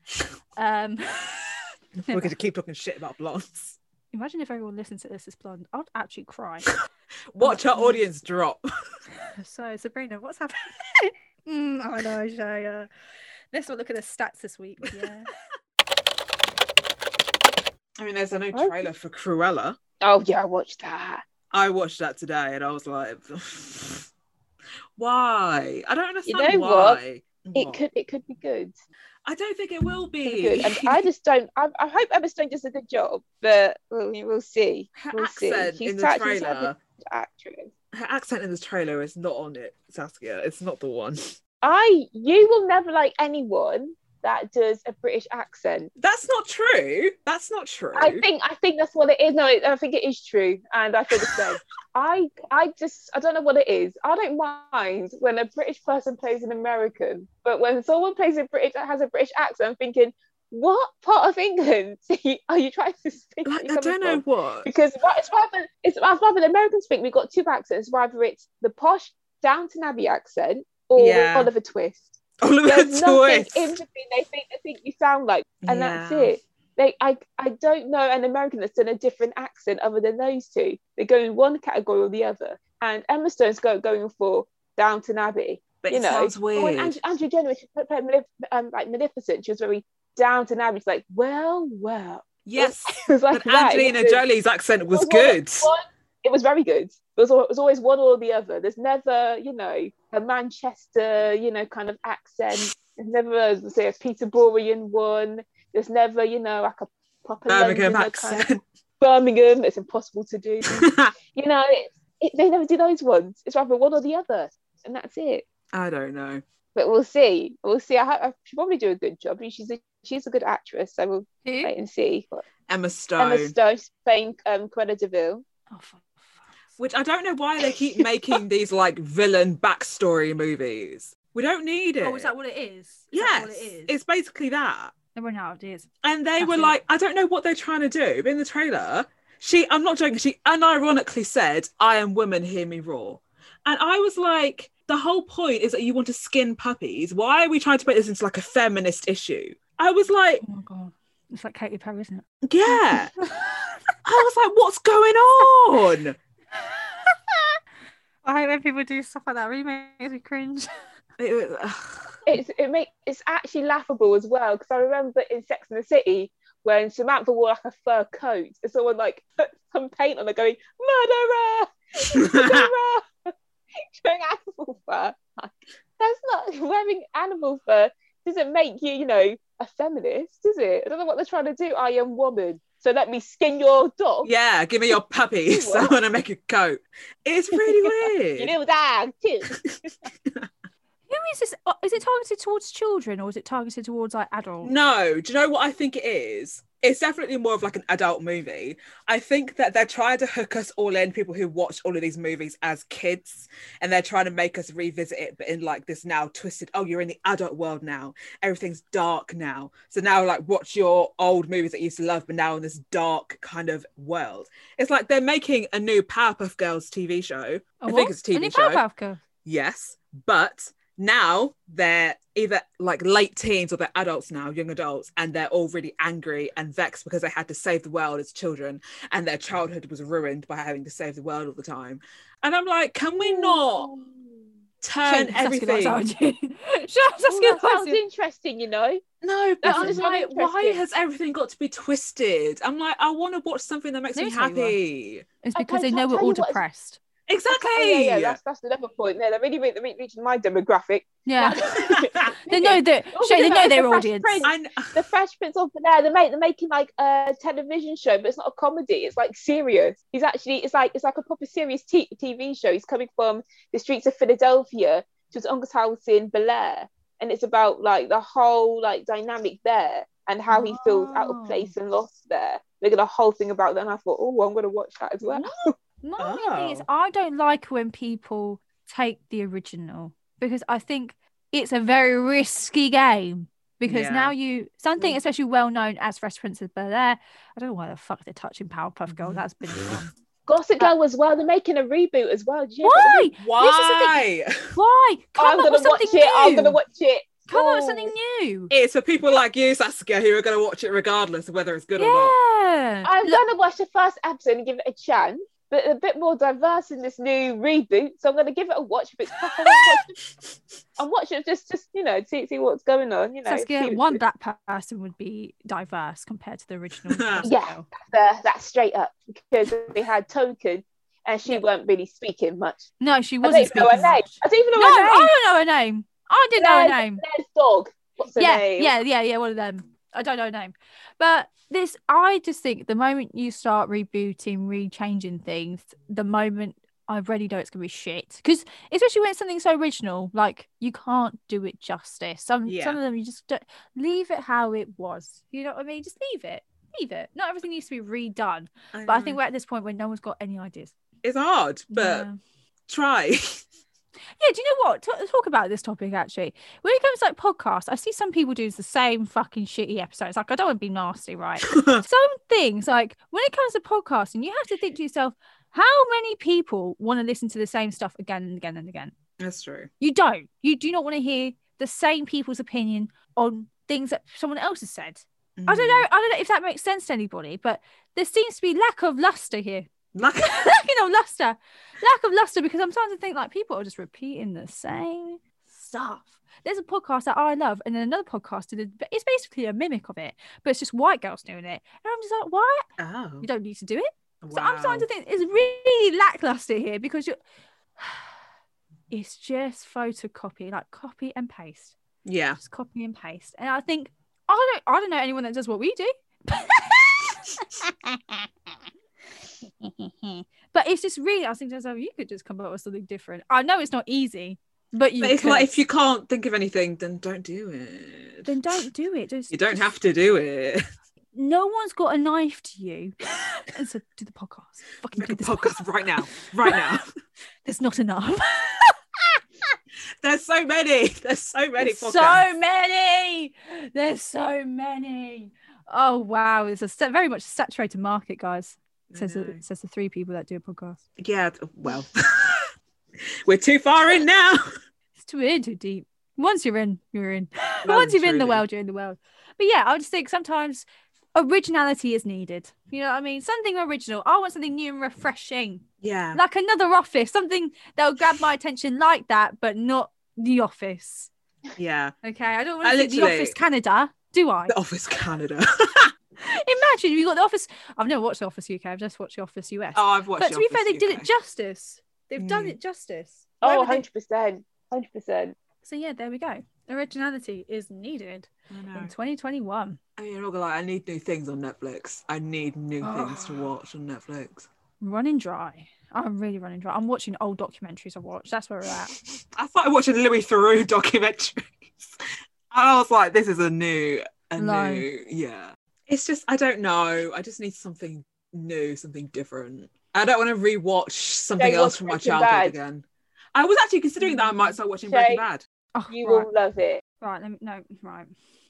[SPEAKER 3] Um,
[SPEAKER 2] We're going to keep talking shit about blondes.
[SPEAKER 3] imagine if everyone listens to this is blonde. I'd actually cry.
[SPEAKER 2] Watch
[SPEAKER 1] Mm-hmm.
[SPEAKER 2] our audience drop.
[SPEAKER 3] so Sabrina, what's happening? mm, I know, Shaya. Let's not look at the stats this week. Yeah.
[SPEAKER 2] I mean, there's a new
[SPEAKER 1] Okay.
[SPEAKER 2] trailer for Cruella.
[SPEAKER 1] Oh, yeah. I watched that.
[SPEAKER 2] I watched that today and I was like, why? I don't understand
[SPEAKER 1] know what?
[SPEAKER 2] why.
[SPEAKER 1] It
[SPEAKER 2] What?
[SPEAKER 1] could it could be good.
[SPEAKER 2] I don't think it will
[SPEAKER 1] It could
[SPEAKER 2] be.
[SPEAKER 1] be good. And I just don't. I, I hope Emma's doing just a good job, but we'll, we'll see.
[SPEAKER 2] her
[SPEAKER 1] We'll see.
[SPEAKER 2] accent
[SPEAKER 1] She's
[SPEAKER 2] in the
[SPEAKER 1] actually sounded-
[SPEAKER 2] trailer.
[SPEAKER 1] Actress.
[SPEAKER 2] Her accent in the trailer is not on it, Saskia. It's not the one.
[SPEAKER 1] I you will never like anyone that does a British accent.
[SPEAKER 2] That's not true. That's not true.
[SPEAKER 1] I think I think that's what it is. No, it, I think it is true, and I feel the same. I I just I don't know what it is. I don't mind when a British person plays an American, but when someone plays a British that has a British accent, I'm thinking, what part of England are you trying to speak?
[SPEAKER 2] like,
[SPEAKER 1] You're
[SPEAKER 2] I
[SPEAKER 1] coming
[SPEAKER 2] don't know
[SPEAKER 1] from?
[SPEAKER 2] what.
[SPEAKER 1] because wha- it's rather it's as rather the Americans think we've got two accents, whether it's the posh Downton Abbey accent or
[SPEAKER 2] Yeah.
[SPEAKER 1] Oliver Twist.
[SPEAKER 2] Oliver
[SPEAKER 1] There's nothing
[SPEAKER 2] Twist.
[SPEAKER 1] in between. They think they think you sound like, and that's
[SPEAKER 2] Yeah.
[SPEAKER 1] it. They, I, I don't know an American that's done a different accent other than those two. They go in one category or the other. And Emma Stone's go, going for Downton Abbey.
[SPEAKER 2] But
[SPEAKER 1] you
[SPEAKER 2] it
[SPEAKER 1] know,
[SPEAKER 2] sounds
[SPEAKER 1] Oh,
[SPEAKER 2] weird.
[SPEAKER 1] and Andrew, Andrew Jenner, when she played played Malef- um, like Maleficent. She was very Downton Abbey. She's like, well, well.
[SPEAKER 2] yes.
[SPEAKER 1] It was like
[SPEAKER 2] But
[SPEAKER 1] that.
[SPEAKER 2] Angelina
[SPEAKER 1] It was-
[SPEAKER 2] Jolie's accent was
[SPEAKER 1] Well,
[SPEAKER 2] good.
[SPEAKER 1] one it was very good. It was, al- it was always one or the other. There's never, you know, a Manchester, you know, kind of accent. There's never, a, say, a Peterboroughian one. There's never, you know, like a proper
[SPEAKER 2] Birmingham
[SPEAKER 1] Londoner kind of-
[SPEAKER 2] accent.
[SPEAKER 1] Birmingham. It's impossible to do. you know, it, it, they never do those ones. It's rather one or the other, and that's it.
[SPEAKER 2] I don't know.
[SPEAKER 1] But we'll see. We'll see. I, ho- I should probably do a good job. I mean, She's a, she's a good actress, so we'll
[SPEAKER 3] Who?
[SPEAKER 1] wait and see. But
[SPEAKER 2] Emma Stone,
[SPEAKER 1] Emma Stone she's playing um, Cruella Deville.
[SPEAKER 3] Oh, for fuck's
[SPEAKER 2] which I don't know why they keep making these like villain backstory movies. We don't need
[SPEAKER 3] sake.
[SPEAKER 2] it.
[SPEAKER 3] Oh, is that what it is? Is that
[SPEAKER 2] yes,
[SPEAKER 3] what it is?
[SPEAKER 2] it's basically that.
[SPEAKER 3] They're running out of ideas.
[SPEAKER 2] And they
[SPEAKER 3] That's
[SPEAKER 2] were
[SPEAKER 3] it.
[SPEAKER 2] like, I don't know what they're trying to do. But in the trailer, she, I'm not joking, she unironically said, I am woman, hear me roar. And I was like, the whole point is that you want to skin puppies. Why are we trying to make this into like a feminist issue? I was like,
[SPEAKER 3] Oh my god. It's like Katy Perry, isn't
[SPEAKER 2] yeah.
[SPEAKER 3] it?
[SPEAKER 2] I was like, what's going on?
[SPEAKER 3] I hate when people do stuff like that. It really makes me cringe.
[SPEAKER 2] It was- ugh.
[SPEAKER 1] It's it make it's actually laughable as well because I remember in Sex and the City when Samantha wore like a fur coat and someone like put some paint on her going murderer, murderer, showing animal fur. Like, that's not wearing animal fur doesn't make you you know a feminist, does it? I don't know what they're trying to do. I am woman, so let me skin your dog.
[SPEAKER 2] yeah, give me your puppies. I
[SPEAKER 1] What?
[SPEAKER 2] want to make a coat. It's really weird.
[SPEAKER 1] You little dog too.
[SPEAKER 3] Who is this? uh, Is it targeted towards children or is it targeted towards like adults?
[SPEAKER 2] No, do you know what I think it is? It's definitely more of like an adult movie. I think that they're trying to hook us all in, people who watched all of these movies as kids, and they're trying to make us revisit it, but in like this now twisted, oh, you're in the adult world now. Everything's dark now. So now, like, watch your old movies that you used to love, but now in this dark kind of world. It's like they're making a new Powerpuff Girls TV show.
[SPEAKER 3] A
[SPEAKER 2] I
[SPEAKER 3] what?
[SPEAKER 2] think it's a TV
[SPEAKER 3] Any
[SPEAKER 2] show.
[SPEAKER 3] Powerpuff Girl?
[SPEAKER 2] Yes, but now they're either like late teens or they're adults now, young adults, and they're all really angry and vexed because they had to save the world as children and their childhood was ruined by having to save the world all the time. And I'm like, can we not turn
[SPEAKER 3] Shame, that's
[SPEAKER 2] everything?
[SPEAKER 3] asking what's on you. Shame, that's
[SPEAKER 1] Ooh,
[SPEAKER 3] asking
[SPEAKER 1] that
[SPEAKER 3] what's
[SPEAKER 1] sounds
[SPEAKER 3] on you.
[SPEAKER 1] interesting, you know.
[SPEAKER 2] No, but
[SPEAKER 1] That's
[SPEAKER 2] I'm
[SPEAKER 1] just
[SPEAKER 2] like, why
[SPEAKER 1] interesting.
[SPEAKER 2] has everything got to be twisted? I'm like, I want to watch something that makes
[SPEAKER 3] Let
[SPEAKER 2] me
[SPEAKER 3] me tell you why.
[SPEAKER 2] happy.
[SPEAKER 3] It's
[SPEAKER 1] Okay,
[SPEAKER 3] because they
[SPEAKER 1] tell-
[SPEAKER 3] know we're
[SPEAKER 1] tell you
[SPEAKER 3] all
[SPEAKER 1] what is-
[SPEAKER 3] depressed.
[SPEAKER 2] Exactly.
[SPEAKER 1] Oh, yeah, yeah, that's that's another point. No, they're really, re- they're really reaching my demographic.
[SPEAKER 3] Yeah. they
[SPEAKER 1] Okay.
[SPEAKER 3] know that.
[SPEAKER 1] Oh,
[SPEAKER 3] Shane, they
[SPEAKER 1] because
[SPEAKER 3] know
[SPEAKER 1] it's
[SPEAKER 3] their
[SPEAKER 1] a fresh
[SPEAKER 3] audience.
[SPEAKER 1] print.
[SPEAKER 2] I, kn-
[SPEAKER 1] The Fresh Prince of Bel Air, they're, make, they're making like a television show, but it's not a comedy. It's like serious. He's actually, it's like it's like a proper serious t- TV show. He's coming from the streets of Philadelphia to his uncle's house in Bel Air, and it's about like the whole like dynamic there and how he feels out
[SPEAKER 3] Wow.
[SPEAKER 1] of place and lost there. They did a whole thing about that, and I thought, oh, I'm gonna watch that as well.
[SPEAKER 3] My thing
[SPEAKER 1] Oh.
[SPEAKER 3] is, I don't like when people take the original because I think it's a very risky game. Because
[SPEAKER 2] Yeah.
[SPEAKER 3] now you something
[SPEAKER 1] Mm.
[SPEAKER 3] especially well known as Fresh Prince of Bel Air. I don't know why the fuck they're touching Powerpuff Girl. That's been done.
[SPEAKER 1] Gossip Girl as well. They're making a reboot as well. Did you hear about the
[SPEAKER 3] why?
[SPEAKER 2] why?
[SPEAKER 3] Why? Come
[SPEAKER 1] I'm
[SPEAKER 3] up
[SPEAKER 1] gonna
[SPEAKER 3] with
[SPEAKER 1] watch
[SPEAKER 3] something
[SPEAKER 1] it.
[SPEAKER 3] new.
[SPEAKER 1] I'm gonna watch it.
[SPEAKER 3] Come up with
[SPEAKER 1] Oh.
[SPEAKER 3] something new.
[SPEAKER 2] It's for people like you, Saskia, who are going to watch it regardless of whether it's good or not.
[SPEAKER 3] Yeah.
[SPEAKER 1] I'm
[SPEAKER 3] Look,
[SPEAKER 1] gonna watch the first episode and give it a chance. But a bit more diverse in this new reboot, so I'm gonna give it a watch. But I'm watching it just, just you know, see see what's going on. You know,
[SPEAKER 3] Saskia,
[SPEAKER 1] see-
[SPEAKER 3] one black person would be diverse compared to the original. Gossip
[SPEAKER 1] Yeah.
[SPEAKER 3] Girl.
[SPEAKER 1] there, that's straight up because we had Token, and she
[SPEAKER 3] Yeah.
[SPEAKER 1] weren't really speaking much.
[SPEAKER 3] No, she
[SPEAKER 1] I
[SPEAKER 3] wasn't.
[SPEAKER 1] don't even know her
[SPEAKER 3] speaking
[SPEAKER 1] name.
[SPEAKER 3] much.
[SPEAKER 1] I don't even
[SPEAKER 3] No,
[SPEAKER 1] know her
[SPEAKER 3] I
[SPEAKER 1] name.
[SPEAKER 3] don't know her name. I didn't know her
[SPEAKER 1] No,
[SPEAKER 3] name.
[SPEAKER 1] There's dog. What's her
[SPEAKER 3] yeah,
[SPEAKER 1] name?
[SPEAKER 3] yeah, yeah, yeah. One of them. I don't know her name, but this I just think the moment you start rebooting, rechanging things, the moment I already know it's gonna be shit. Because especially when it's something so original, like you can't do it justice. Some
[SPEAKER 2] Yeah.
[SPEAKER 3] some of them you just don't leave it how it was. You know what I mean? Just leave it. Leave it. Not everything needs to be redone. But I think we're at this point where no one's got any ideas.
[SPEAKER 2] Um, it's hard, Mm. but
[SPEAKER 3] Yeah.
[SPEAKER 2] try.
[SPEAKER 3] Yeah, do you know what? T- talk about this topic actually. When it comes to like podcasts, I see some people do the same fucking shitty episodes. Like, I don't want to be nasty, right? some things, like when it comes to podcasting, you have to think to yourself, how many people want to listen to the same stuff again and again and again?
[SPEAKER 2] That's true.
[SPEAKER 3] You don't. You do not want to hear the same people's opinion on things that someone else has said. I don't
[SPEAKER 2] Hmm.
[SPEAKER 3] know. I don't know if that makes sense to anybody, but there seems to be lack of luster here
[SPEAKER 2] Mm. Like,
[SPEAKER 3] lacking of luster, lack of luster. Because I'm starting to think like people are just repeating the same stuff. There's a podcast that I love, and then another podcast that is it's basically a mimic of it, but it's just white girls doing it. And I'm just like, what?
[SPEAKER 2] oh,
[SPEAKER 3] You don't need to do it. So I'm starting to think it's really lackluster here because you're. It's just photocopy, like copy and paste,
[SPEAKER 2] Yeah.
[SPEAKER 3] just copy and paste. And I think I don't, I don't know anyone that does what we do.
[SPEAKER 1] Oh,
[SPEAKER 3] but it's just really, I think to myself, you could just come up with something different. I know it's not easy, but you.
[SPEAKER 2] But it's
[SPEAKER 3] could.
[SPEAKER 2] like if you can't think of anything, then don't do it.
[SPEAKER 3] then don't do it. Just
[SPEAKER 2] You don't have to do it.
[SPEAKER 3] no one's got a knife to you. and so do the podcast. Fucking
[SPEAKER 2] Make
[SPEAKER 3] do
[SPEAKER 2] a
[SPEAKER 3] this
[SPEAKER 2] podcast right now. Right now.
[SPEAKER 3] There's not enough.
[SPEAKER 2] There's so many. There's so many
[SPEAKER 3] There's
[SPEAKER 2] podcasts.
[SPEAKER 3] so many. There's so many. Oh wow, it's a sa- very much saturated market, guys.
[SPEAKER 2] I
[SPEAKER 3] Says
[SPEAKER 2] know.
[SPEAKER 3] the, says the three people that do a podcast.
[SPEAKER 2] Yeah, th- well. We're too far in now.
[SPEAKER 3] It's too in too deep. Once you're in, you're in.
[SPEAKER 2] Well
[SPEAKER 3] Once
[SPEAKER 2] and
[SPEAKER 3] you've been in the
[SPEAKER 2] truly.
[SPEAKER 3] world, you're in the world. But yeah, I just think sometimes originality is needed. You know what I mean? Something original. I want something new and refreshing.
[SPEAKER 2] Yeah.
[SPEAKER 3] like another office, something that'll grab my attention like that, but not the office.
[SPEAKER 2] Yeah.
[SPEAKER 3] Okay, I don't want
[SPEAKER 2] I
[SPEAKER 3] to see the
[SPEAKER 2] literally-
[SPEAKER 3] office Canada, do I?
[SPEAKER 2] The Office Canada.
[SPEAKER 3] Imagine you got the office. I've never watched the Office UK. I've just watched the Office US.
[SPEAKER 2] Oh, I've watched
[SPEAKER 3] but
[SPEAKER 2] The
[SPEAKER 3] to be fair,
[SPEAKER 2] Office
[SPEAKER 3] they did it
[SPEAKER 2] UK.
[SPEAKER 3] justice. They've done
[SPEAKER 2] Mm.
[SPEAKER 3] it justice. Why
[SPEAKER 1] Oh,
[SPEAKER 3] would they-
[SPEAKER 1] 100%. 100%.
[SPEAKER 3] So yeah, there we go. Originality is needed
[SPEAKER 2] I know.
[SPEAKER 3] in 2021.
[SPEAKER 2] I mean, I'm not gonna lie, I need new things on Netflix. I need new
[SPEAKER 1] Oh.
[SPEAKER 2] things to watch on Netflix.
[SPEAKER 3] Running dry. I'm really running dry. I'm watching old documentaries I watched. That's where we're at.
[SPEAKER 2] I started watching Louis Theroux documentaries, and I was like, "This is a new, a
[SPEAKER 3] No.
[SPEAKER 2] new, yeah." It's just I don't know. I just need something new, something different. I don't want to rewatch something
[SPEAKER 1] Jay,
[SPEAKER 2] else
[SPEAKER 1] what's
[SPEAKER 2] from my
[SPEAKER 1] Breaking
[SPEAKER 2] childhood
[SPEAKER 1] Bad?
[SPEAKER 2] again. I was actually considering that I might start watching Breaking
[SPEAKER 1] Jay,
[SPEAKER 2] Bad.
[SPEAKER 3] Oh,
[SPEAKER 1] You
[SPEAKER 3] right.
[SPEAKER 1] will love it.
[SPEAKER 3] right. Let me no. Right.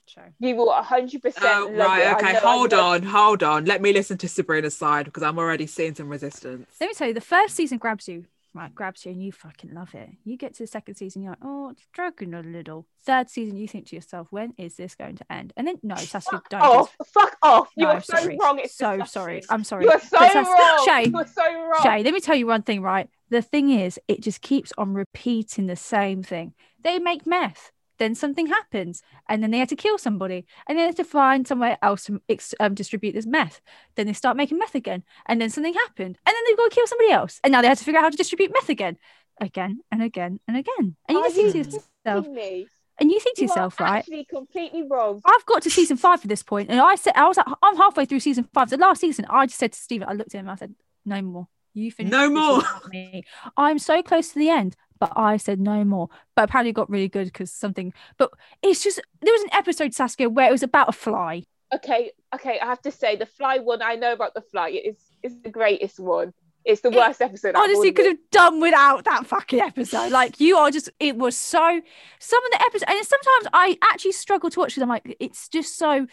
[SPEAKER 3] Show.
[SPEAKER 1] You will 100%
[SPEAKER 2] Oh,
[SPEAKER 1] love it. I
[SPEAKER 2] right, okay,
[SPEAKER 1] know I
[SPEAKER 2] hold
[SPEAKER 1] love-
[SPEAKER 2] on, hold on. Let me listen to Sabrina's side because I'm already seeing some resistance.
[SPEAKER 3] Let me tell you, the first season grabs you, right? Grabs you, and you fucking love it. You get to the second season, you're like, oh, it's dragging a little. Third season, you think to yourself, when is this going to end? And then, no, Saskia, don't. do
[SPEAKER 1] Oh,
[SPEAKER 3] this.
[SPEAKER 1] fuck off. You
[SPEAKER 3] No,
[SPEAKER 1] are so
[SPEAKER 3] sorry.
[SPEAKER 1] wrong. It's
[SPEAKER 3] so
[SPEAKER 1] disgusting.
[SPEAKER 3] sorry. I'm sorry.
[SPEAKER 1] You are so
[SPEAKER 3] But Sas-
[SPEAKER 1] wrong.
[SPEAKER 3] Shay,
[SPEAKER 1] You are so wrong.
[SPEAKER 3] Shay, let me tell you one thing, right? The thing is, it just keeps on repeating the same thing. They make meth, then something happens, and then they have to kill somebody, and they have to find somewhere else to ex- um, distribute this meth. Then they start making meth again, and then something happened, and then they've got to kill somebody else, and now they have to figure out how to distribute meth again, again and again and again. And you
[SPEAKER 1] Are
[SPEAKER 3] just think to
[SPEAKER 2] you
[SPEAKER 3] yourself,
[SPEAKER 1] Kidding me?
[SPEAKER 3] and you think to
[SPEAKER 1] You are
[SPEAKER 3] yourself, right?
[SPEAKER 1] actually completely wrong.
[SPEAKER 3] I've got to season five at this point, and I said I was at, I'm halfway through season five. The last season, I just said to Stephen, I looked at him, and I said, "No more. You finish.
[SPEAKER 2] No
[SPEAKER 3] this
[SPEAKER 2] more."
[SPEAKER 3] without Me. I'm so close to the end, but I said no more. But apparently, it got really good because something. But it's just there was an episode Saskia where it was about a fly.
[SPEAKER 1] Okay, okay, I have to say the fly one, I know about the fly. It is is the greatest one. It's the
[SPEAKER 3] It-
[SPEAKER 1] worst episode. out of all
[SPEAKER 3] Honestly,
[SPEAKER 1] of
[SPEAKER 3] could
[SPEAKER 1] it.
[SPEAKER 3] have done without that fucking episode. Like you are just. It was so. Some of the episodes, and sometimes I actually struggle to watch them. Like it's just so.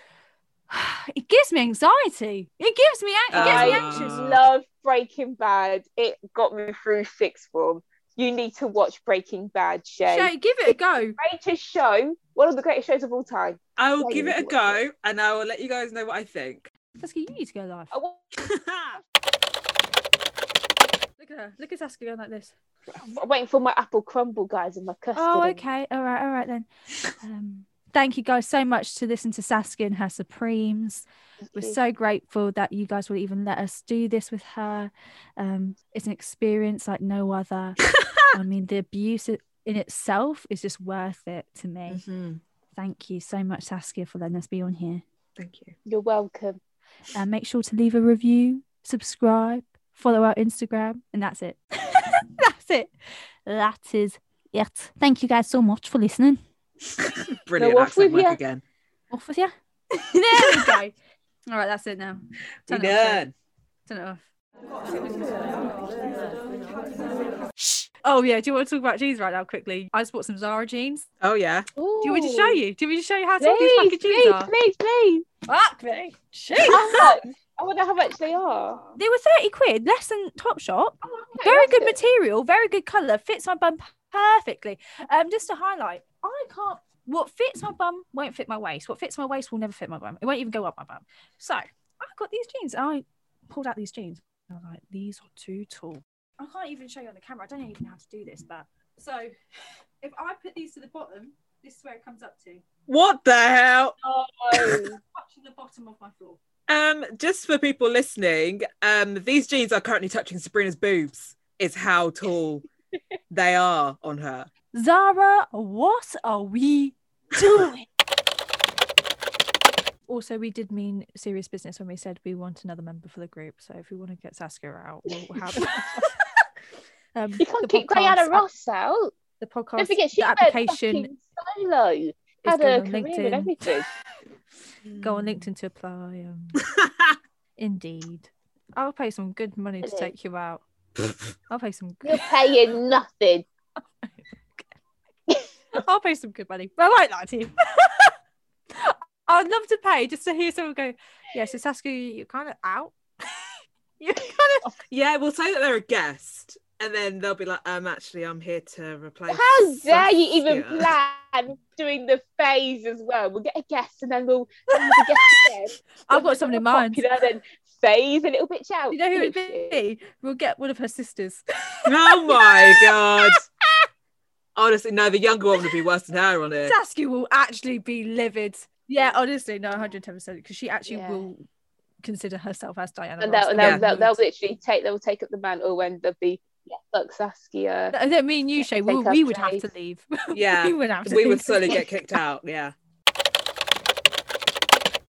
[SPEAKER 3] It gives me anxiety. It gives me. an- It gets me
[SPEAKER 1] I
[SPEAKER 2] Uh,
[SPEAKER 3] anxious.
[SPEAKER 1] love Breaking Bad. It got me through sixth form. You need to watch Breaking Bad, Shay.
[SPEAKER 3] Shay, give it a go.
[SPEAKER 1] Greatest show, one of the greatest shows of all time.
[SPEAKER 2] I will
[SPEAKER 1] Yeah,
[SPEAKER 2] give
[SPEAKER 1] you
[SPEAKER 2] it a
[SPEAKER 1] need to watch
[SPEAKER 2] go and I will let you guys know what I think.
[SPEAKER 3] Saskia, you need to go live.
[SPEAKER 1] I wa-
[SPEAKER 3] Look at her. Look at Saskia going like this.
[SPEAKER 1] I'm waiting for my apple crumble, guys, and my custard.
[SPEAKER 3] Oh,
[SPEAKER 1] and-
[SPEAKER 3] okay. All right. All right then. Um, thank you guys so much to listen to Saskia and her Supremes. We're so grateful that you guys will even let us do this with her. Um, it's an experience like no other. I mean, the abuse i- in itself is just worth it to me.
[SPEAKER 2] Mhm.
[SPEAKER 3] Thank you so much, Saskia, for letting us be on here.
[SPEAKER 2] Thank you.
[SPEAKER 1] You're welcome.
[SPEAKER 3] Uh, make sure to leave a review, subscribe, follow our Instagram, and that's it. that's it. That is it. Thank you guys so much for listening.
[SPEAKER 2] Brilliant
[SPEAKER 1] off
[SPEAKER 2] accent
[SPEAKER 1] with
[SPEAKER 2] work
[SPEAKER 1] ya.
[SPEAKER 2] again.
[SPEAKER 3] Off with you. there we go. All right, that's it now.
[SPEAKER 2] We
[SPEAKER 3] Turn it off.
[SPEAKER 2] done.
[SPEAKER 3] Turn it off. Oh yeah, do you want to talk about jeans right now quickly? I just bought some Zara jeans.
[SPEAKER 2] Oh yeah.
[SPEAKER 3] Do you want me to show you? Do you want me to show you how
[SPEAKER 1] Please,
[SPEAKER 3] tall these fucking jeans
[SPEAKER 1] please,
[SPEAKER 3] are?
[SPEAKER 1] please, please.
[SPEAKER 3] Fuck me. Jeez.
[SPEAKER 1] How much? I wonder how much they are.
[SPEAKER 3] They were 30 quid, less than Topshop. very good material, very good colour, fits my bum perfectly. Um, just to highlight, I can't. What fits my bum won't fit my waist. What fits my waist will never fit my bum. It won't even go up my bum. So I got these jeans. and I pulled out these jeans. And I'm like, these are too tall. I can't even show you on the camera. I don't even know how to do this. But so if I put these to the bottom, this is where it comes up to,
[SPEAKER 2] What the hell?
[SPEAKER 1] Oh,
[SPEAKER 3] touching the bottom of my floor.
[SPEAKER 2] Um, just for people listening, um, these jeans are currently touching Sabrina's boobs. Is how tall they are on her.
[SPEAKER 3] Zara, what are we doing? also, we did mean serious business when we said we want another member for the group. So if we want to get Saskia out, we'll have. um,
[SPEAKER 1] You can't
[SPEAKER 3] the
[SPEAKER 1] keep
[SPEAKER 3] podcast
[SPEAKER 1] Diana
[SPEAKER 3] app-
[SPEAKER 1] Ross out.
[SPEAKER 3] The podcast.
[SPEAKER 1] Don't forget, she
[SPEAKER 3] the
[SPEAKER 1] went
[SPEAKER 3] application
[SPEAKER 1] fucking solo. Had
[SPEAKER 3] going
[SPEAKER 1] a
[SPEAKER 3] on
[SPEAKER 1] career and
[SPEAKER 3] LinkedIn.
[SPEAKER 1] everything.
[SPEAKER 3] go on LinkedIn to apply. Um, indeed, I'll pay some good money to
[SPEAKER 1] Really?
[SPEAKER 3] take you out. I'll pay some.
[SPEAKER 1] You're paying nothing.
[SPEAKER 3] I'll pay some good money. I won't lie to you. I'd love to pay just to hear someone go, yeah, so Saskia, you're kind of out. you're kind of.
[SPEAKER 2] Yeah, we'll say that they're a guest, and then they'll be like, "Um, actually, I'm here to replace."
[SPEAKER 1] How dare you even
[SPEAKER 2] Saskia."
[SPEAKER 1] plan doing the phase as well? We'll get a guest and then we'll we'll have a guest again.
[SPEAKER 3] I've got someone in mind.
[SPEAKER 1] You know, then phase a little bitch out.
[SPEAKER 3] You know who it'd
[SPEAKER 1] Bullshit.
[SPEAKER 3] be? We'll get one of her sisters.
[SPEAKER 2] Oh my god! Honestly, no, the younger one would be worse than her on it.
[SPEAKER 3] Saskia will actually be livid. Yeah, honestly, no, 110%, because she actually
[SPEAKER 1] Yeah.
[SPEAKER 3] will consider herself as Diana.
[SPEAKER 1] And
[SPEAKER 3] Ross
[SPEAKER 1] they'll,
[SPEAKER 3] and
[SPEAKER 1] they'll,
[SPEAKER 2] Yeah.
[SPEAKER 1] they'll, they'll literally take they'll take up the mantle when they'll be yeah, fuck Saskia.
[SPEAKER 3] No, no, me and you, Shay, we,
[SPEAKER 1] Take up
[SPEAKER 3] we would have
[SPEAKER 1] trade.
[SPEAKER 3] to leave.
[SPEAKER 2] Yeah,
[SPEAKER 3] we would have to
[SPEAKER 2] we
[SPEAKER 3] leave.
[SPEAKER 2] would slowly get kicked out. Yeah,